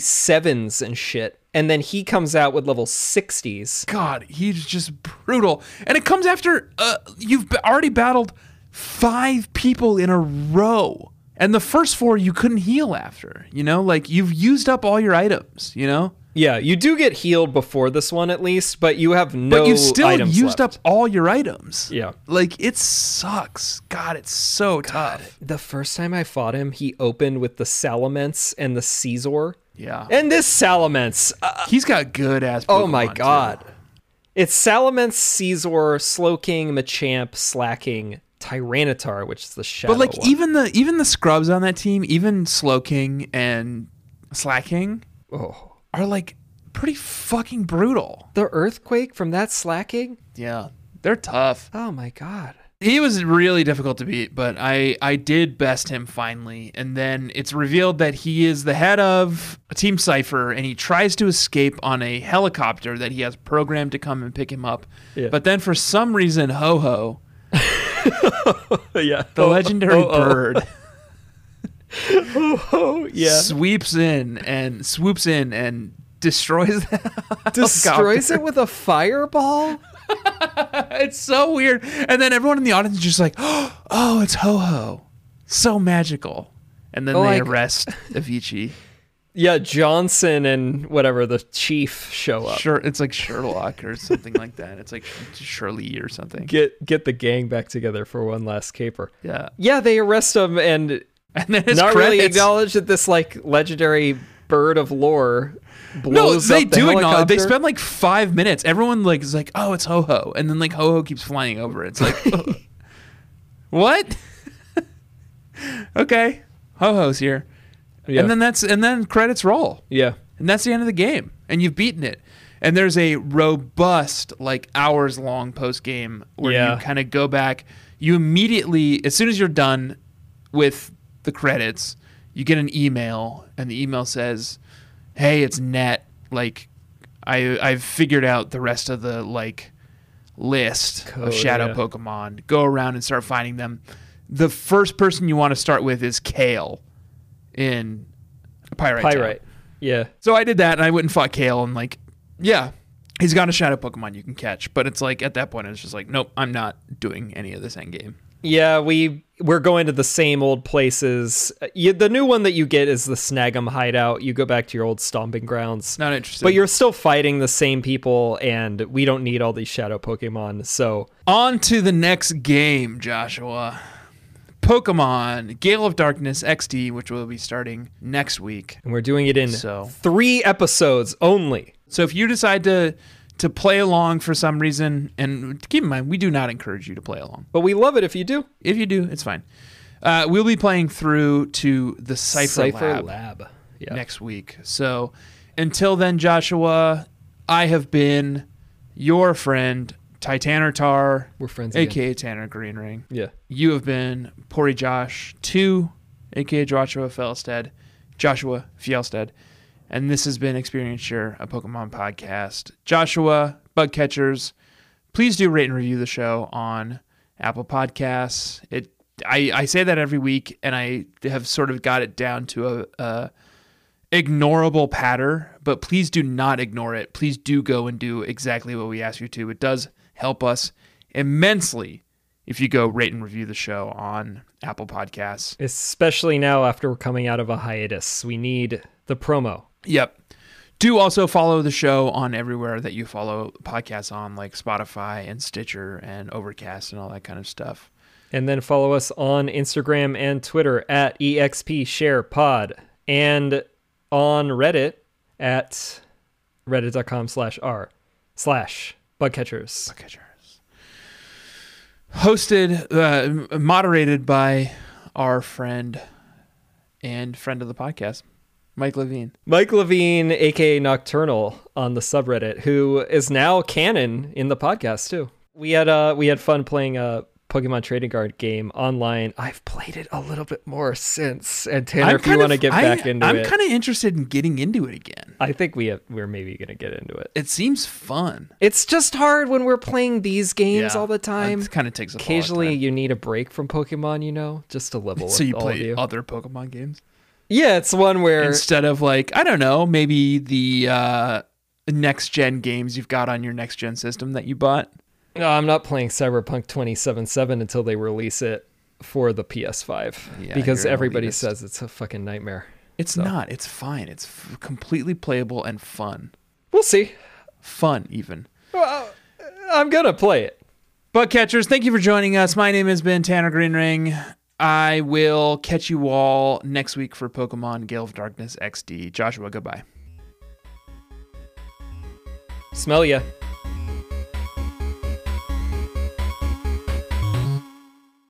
Speaker 2: 47s and shit. And then he comes out with level 60s.
Speaker 1: God, he's just brutal. And it comes after uh, you've b- already battled five people in a row. And the first four you couldn't heal after, you know? Like you've used up all your items, you know?
Speaker 2: Yeah, you do get healed before this one at least, but you have no
Speaker 1: But you still
Speaker 2: items
Speaker 1: used
Speaker 2: left.
Speaker 1: up all your items.
Speaker 2: Yeah.
Speaker 1: Like it sucks. God, it's so tough.
Speaker 2: The first time I fought him, he opened with the Salamence and the Caesar.
Speaker 1: Yeah.
Speaker 2: And this Salamence, uh,
Speaker 1: he's got good ass
Speaker 2: oh my god. It's Salamence, Caesar, Slowking, Machamp, Slacking, Tyranitar, which is the shadow.
Speaker 1: But like
Speaker 2: one.
Speaker 1: even the even the scrubs on that team, even Slow King and Slacking
Speaker 2: oh,
Speaker 1: are like pretty fucking brutal.
Speaker 2: the earthquake from that Slacking.
Speaker 1: Yeah. They're tough.
Speaker 2: Oh my god.
Speaker 1: He was really difficult to beat, but I I did best him finally. And then it's revealed that he is the head of Team Cipher and he tries to escape on a helicopter that he has programmed to come and pick him up.
Speaker 2: Yeah.
Speaker 1: But then for some reason Ho Ho,
Speaker 2: yeah.
Speaker 1: the legendary bird
Speaker 2: Oh yeah.
Speaker 1: sweeps in and swoops in and destroys that
Speaker 2: Destroys it with a fireball.
Speaker 1: it's so weird and then everyone in the audience is just like oh it's ho-ho so magical and then
Speaker 2: Oh,
Speaker 1: they
Speaker 2: I-
Speaker 1: arrest avicii
Speaker 2: Yeah, Johnson and whatever the chief show up.
Speaker 1: sure it's like sherlock or something like that it's like shirley or something
Speaker 2: Get get the gang back together for one last caper.
Speaker 1: yeah
Speaker 2: Yeah, they arrest him and
Speaker 1: and then it's
Speaker 2: not really
Speaker 1: credits.
Speaker 2: acknowledge that this like legendary bird of lore
Speaker 1: no,
Speaker 2: blows
Speaker 1: they
Speaker 2: up the
Speaker 1: do acknowledge. They
Speaker 2: helicopter.
Speaker 1: spend like five minutes. Everyone like is like, "Oh, it's ho ho," and then like ho ho keeps flying over. It's like, what? okay, ho ho's here,
Speaker 2: Yeah.
Speaker 1: and then that's and then credits roll,
Speaker 2: yeah.
Speaker 1: and that's the end of the game, and you've beaten it. And there's a robust, like hours long post game where
Speaker 2: Yeah.
Speaker 1: you kind of go back. You immediately, as soon as you're done with the credits, you get an email, and the email says, "Hey, it's Net. Like, I I've figured out the rest of the like list
Speaker 2: Code,
Speaker 1: of shadow
Speaker 2: yeah.
Speaker 1: Pokemon. Go around and start finding them. The first person you want to start with is Kale in Pyrite. Town.
Speaker 2: Pyrite. Yeah.
Speaker 1: So I did that, and I went and fought Kale, and like, yeah, he's got a shadow Pokemon you can catch, but it's like at that point, it's just like, nope, I'm not doing any of this end game.
Speaker 2: Yeah, we we're going to the same old places. Uh, You, the new one that you get is the Snag'em hideout. You go back to your old stomping grounds.
Speaker 1: Not interested.
Speaker 2: But you're still fighting the same people and we don't need all these shadow pokemon. So,
Speaker 1: on to the next game, Joshua. Pokemon Gale of Darkness XD, which we'll be starting next week.
Speaker 2: and we're doing it in
Speaker 1: So.
Speaker 2: 3 episodes only.
Speaker 1: So if you decide to to play along for some reason, and keep in mind, we do not encourage you to play along.
Speaker 2: But we love it if you do.
Speaker 1: If you do, it's fine. Uh, we'll be playing through to the Cipher, Lab.
Speaker 2: Yeah.
Speaker 1: next week. So until then, Joshua, I have been your friend, Titaner Tar,
Speaker 2: We're friends again.
Speaker 1: aka Tanner Green Ring.
Speaker 2: Yeah.
Speaker 1: You have been Pori Josh 2, aka Joshua Felstead, Joshua Fjellstead. And this has been Experience Your a Pokemon podcast. Joshua, bug catchers, please do rate and review the show on Apple Podcasts. It I, I say that every week and I have sort of got it down to a, a ignorable patter, but please do not ignore it. Please do go and do exactly what we ask you to. It does help us immensely if you go rate and review the show on Apple Podcasts.
Speaker 2: Especially now after we're coming out of a hiatus. We need the promo.
Speaker 1: Yep. Do also follow the show on everywhere that you follow podcasts on, like Spotify and Stitcher and Overcast and all that kind of stuff.
Speaker 2: And then follow us on Instagram and Twitter at EXPSharePod and on Reddit at reddit.com slash r slash bugcatchers.
Speaker 1: Podcatchers. Hosted, uh, m- moderated by our friend and friend of the podcast, Mike Levine.
Speaker 2: Mike Levine, aka Nocturnal, on the subreddit, who is now canon in the podcast too. We had uh we had fun playing a Pokemon trading card game online. I've played it a little bit more since. And Tanner, if you
Speaker 1: kind
Speaker 2: want to
Speaker 1: of-
Speaker 2: get
Speaker 1: I-
Speaker 2: back into
Speaker 1: I'm
Speaker 2: it,
Speaker 1: kind of interested in getting into it again.
Speaker 2: I think we have, we're maybe gonna get into it.
Speaker 1: It seems fun.
Speaker 2: It's just hard when we're playing these games all the time.
Speaker 1: It kind of takes a lot of
Speaker 2: Occasionally,
Speaker 1: time.
Speaker 2: you need a break from Pokemon, you know, just to level
Speaker 1: So
Speaker 2: with
Speaker 1: you
Speaker 2: all of
Speaker 1: play
Speaker 2: you.
Speaker 1: other Pokemon games
Speaker 2: yeah, it's one where
Speaker 1: instead of like I don't know maybe the uh, next gen games you've got on your next gen system that you bought.
Speaker 2: no, I'm not playing Cyberpunk 2077 until they release it for the PS5
Speaker 1: Yeah,
Speaker 2: because
Speaker 1: you're an
Speaker 2: everybody
Speaker 1: elitist.
Speaker 2: says it's a fucking nightmare.
Speaker 1: It's not. It's fine. It's f- completely playable and fun.
Speaker 2: We'll see.
Speaker 1: Fun even.
Speaker 2: I'm gonna play it.
Speaker 1: Bug catchers, thank you for joining us. My name has been Tanner Greenring. I will catch you all next week for Pokemon Gale of Darkness XD. Joshua, goodbye.
Speaker 2: Smell ya.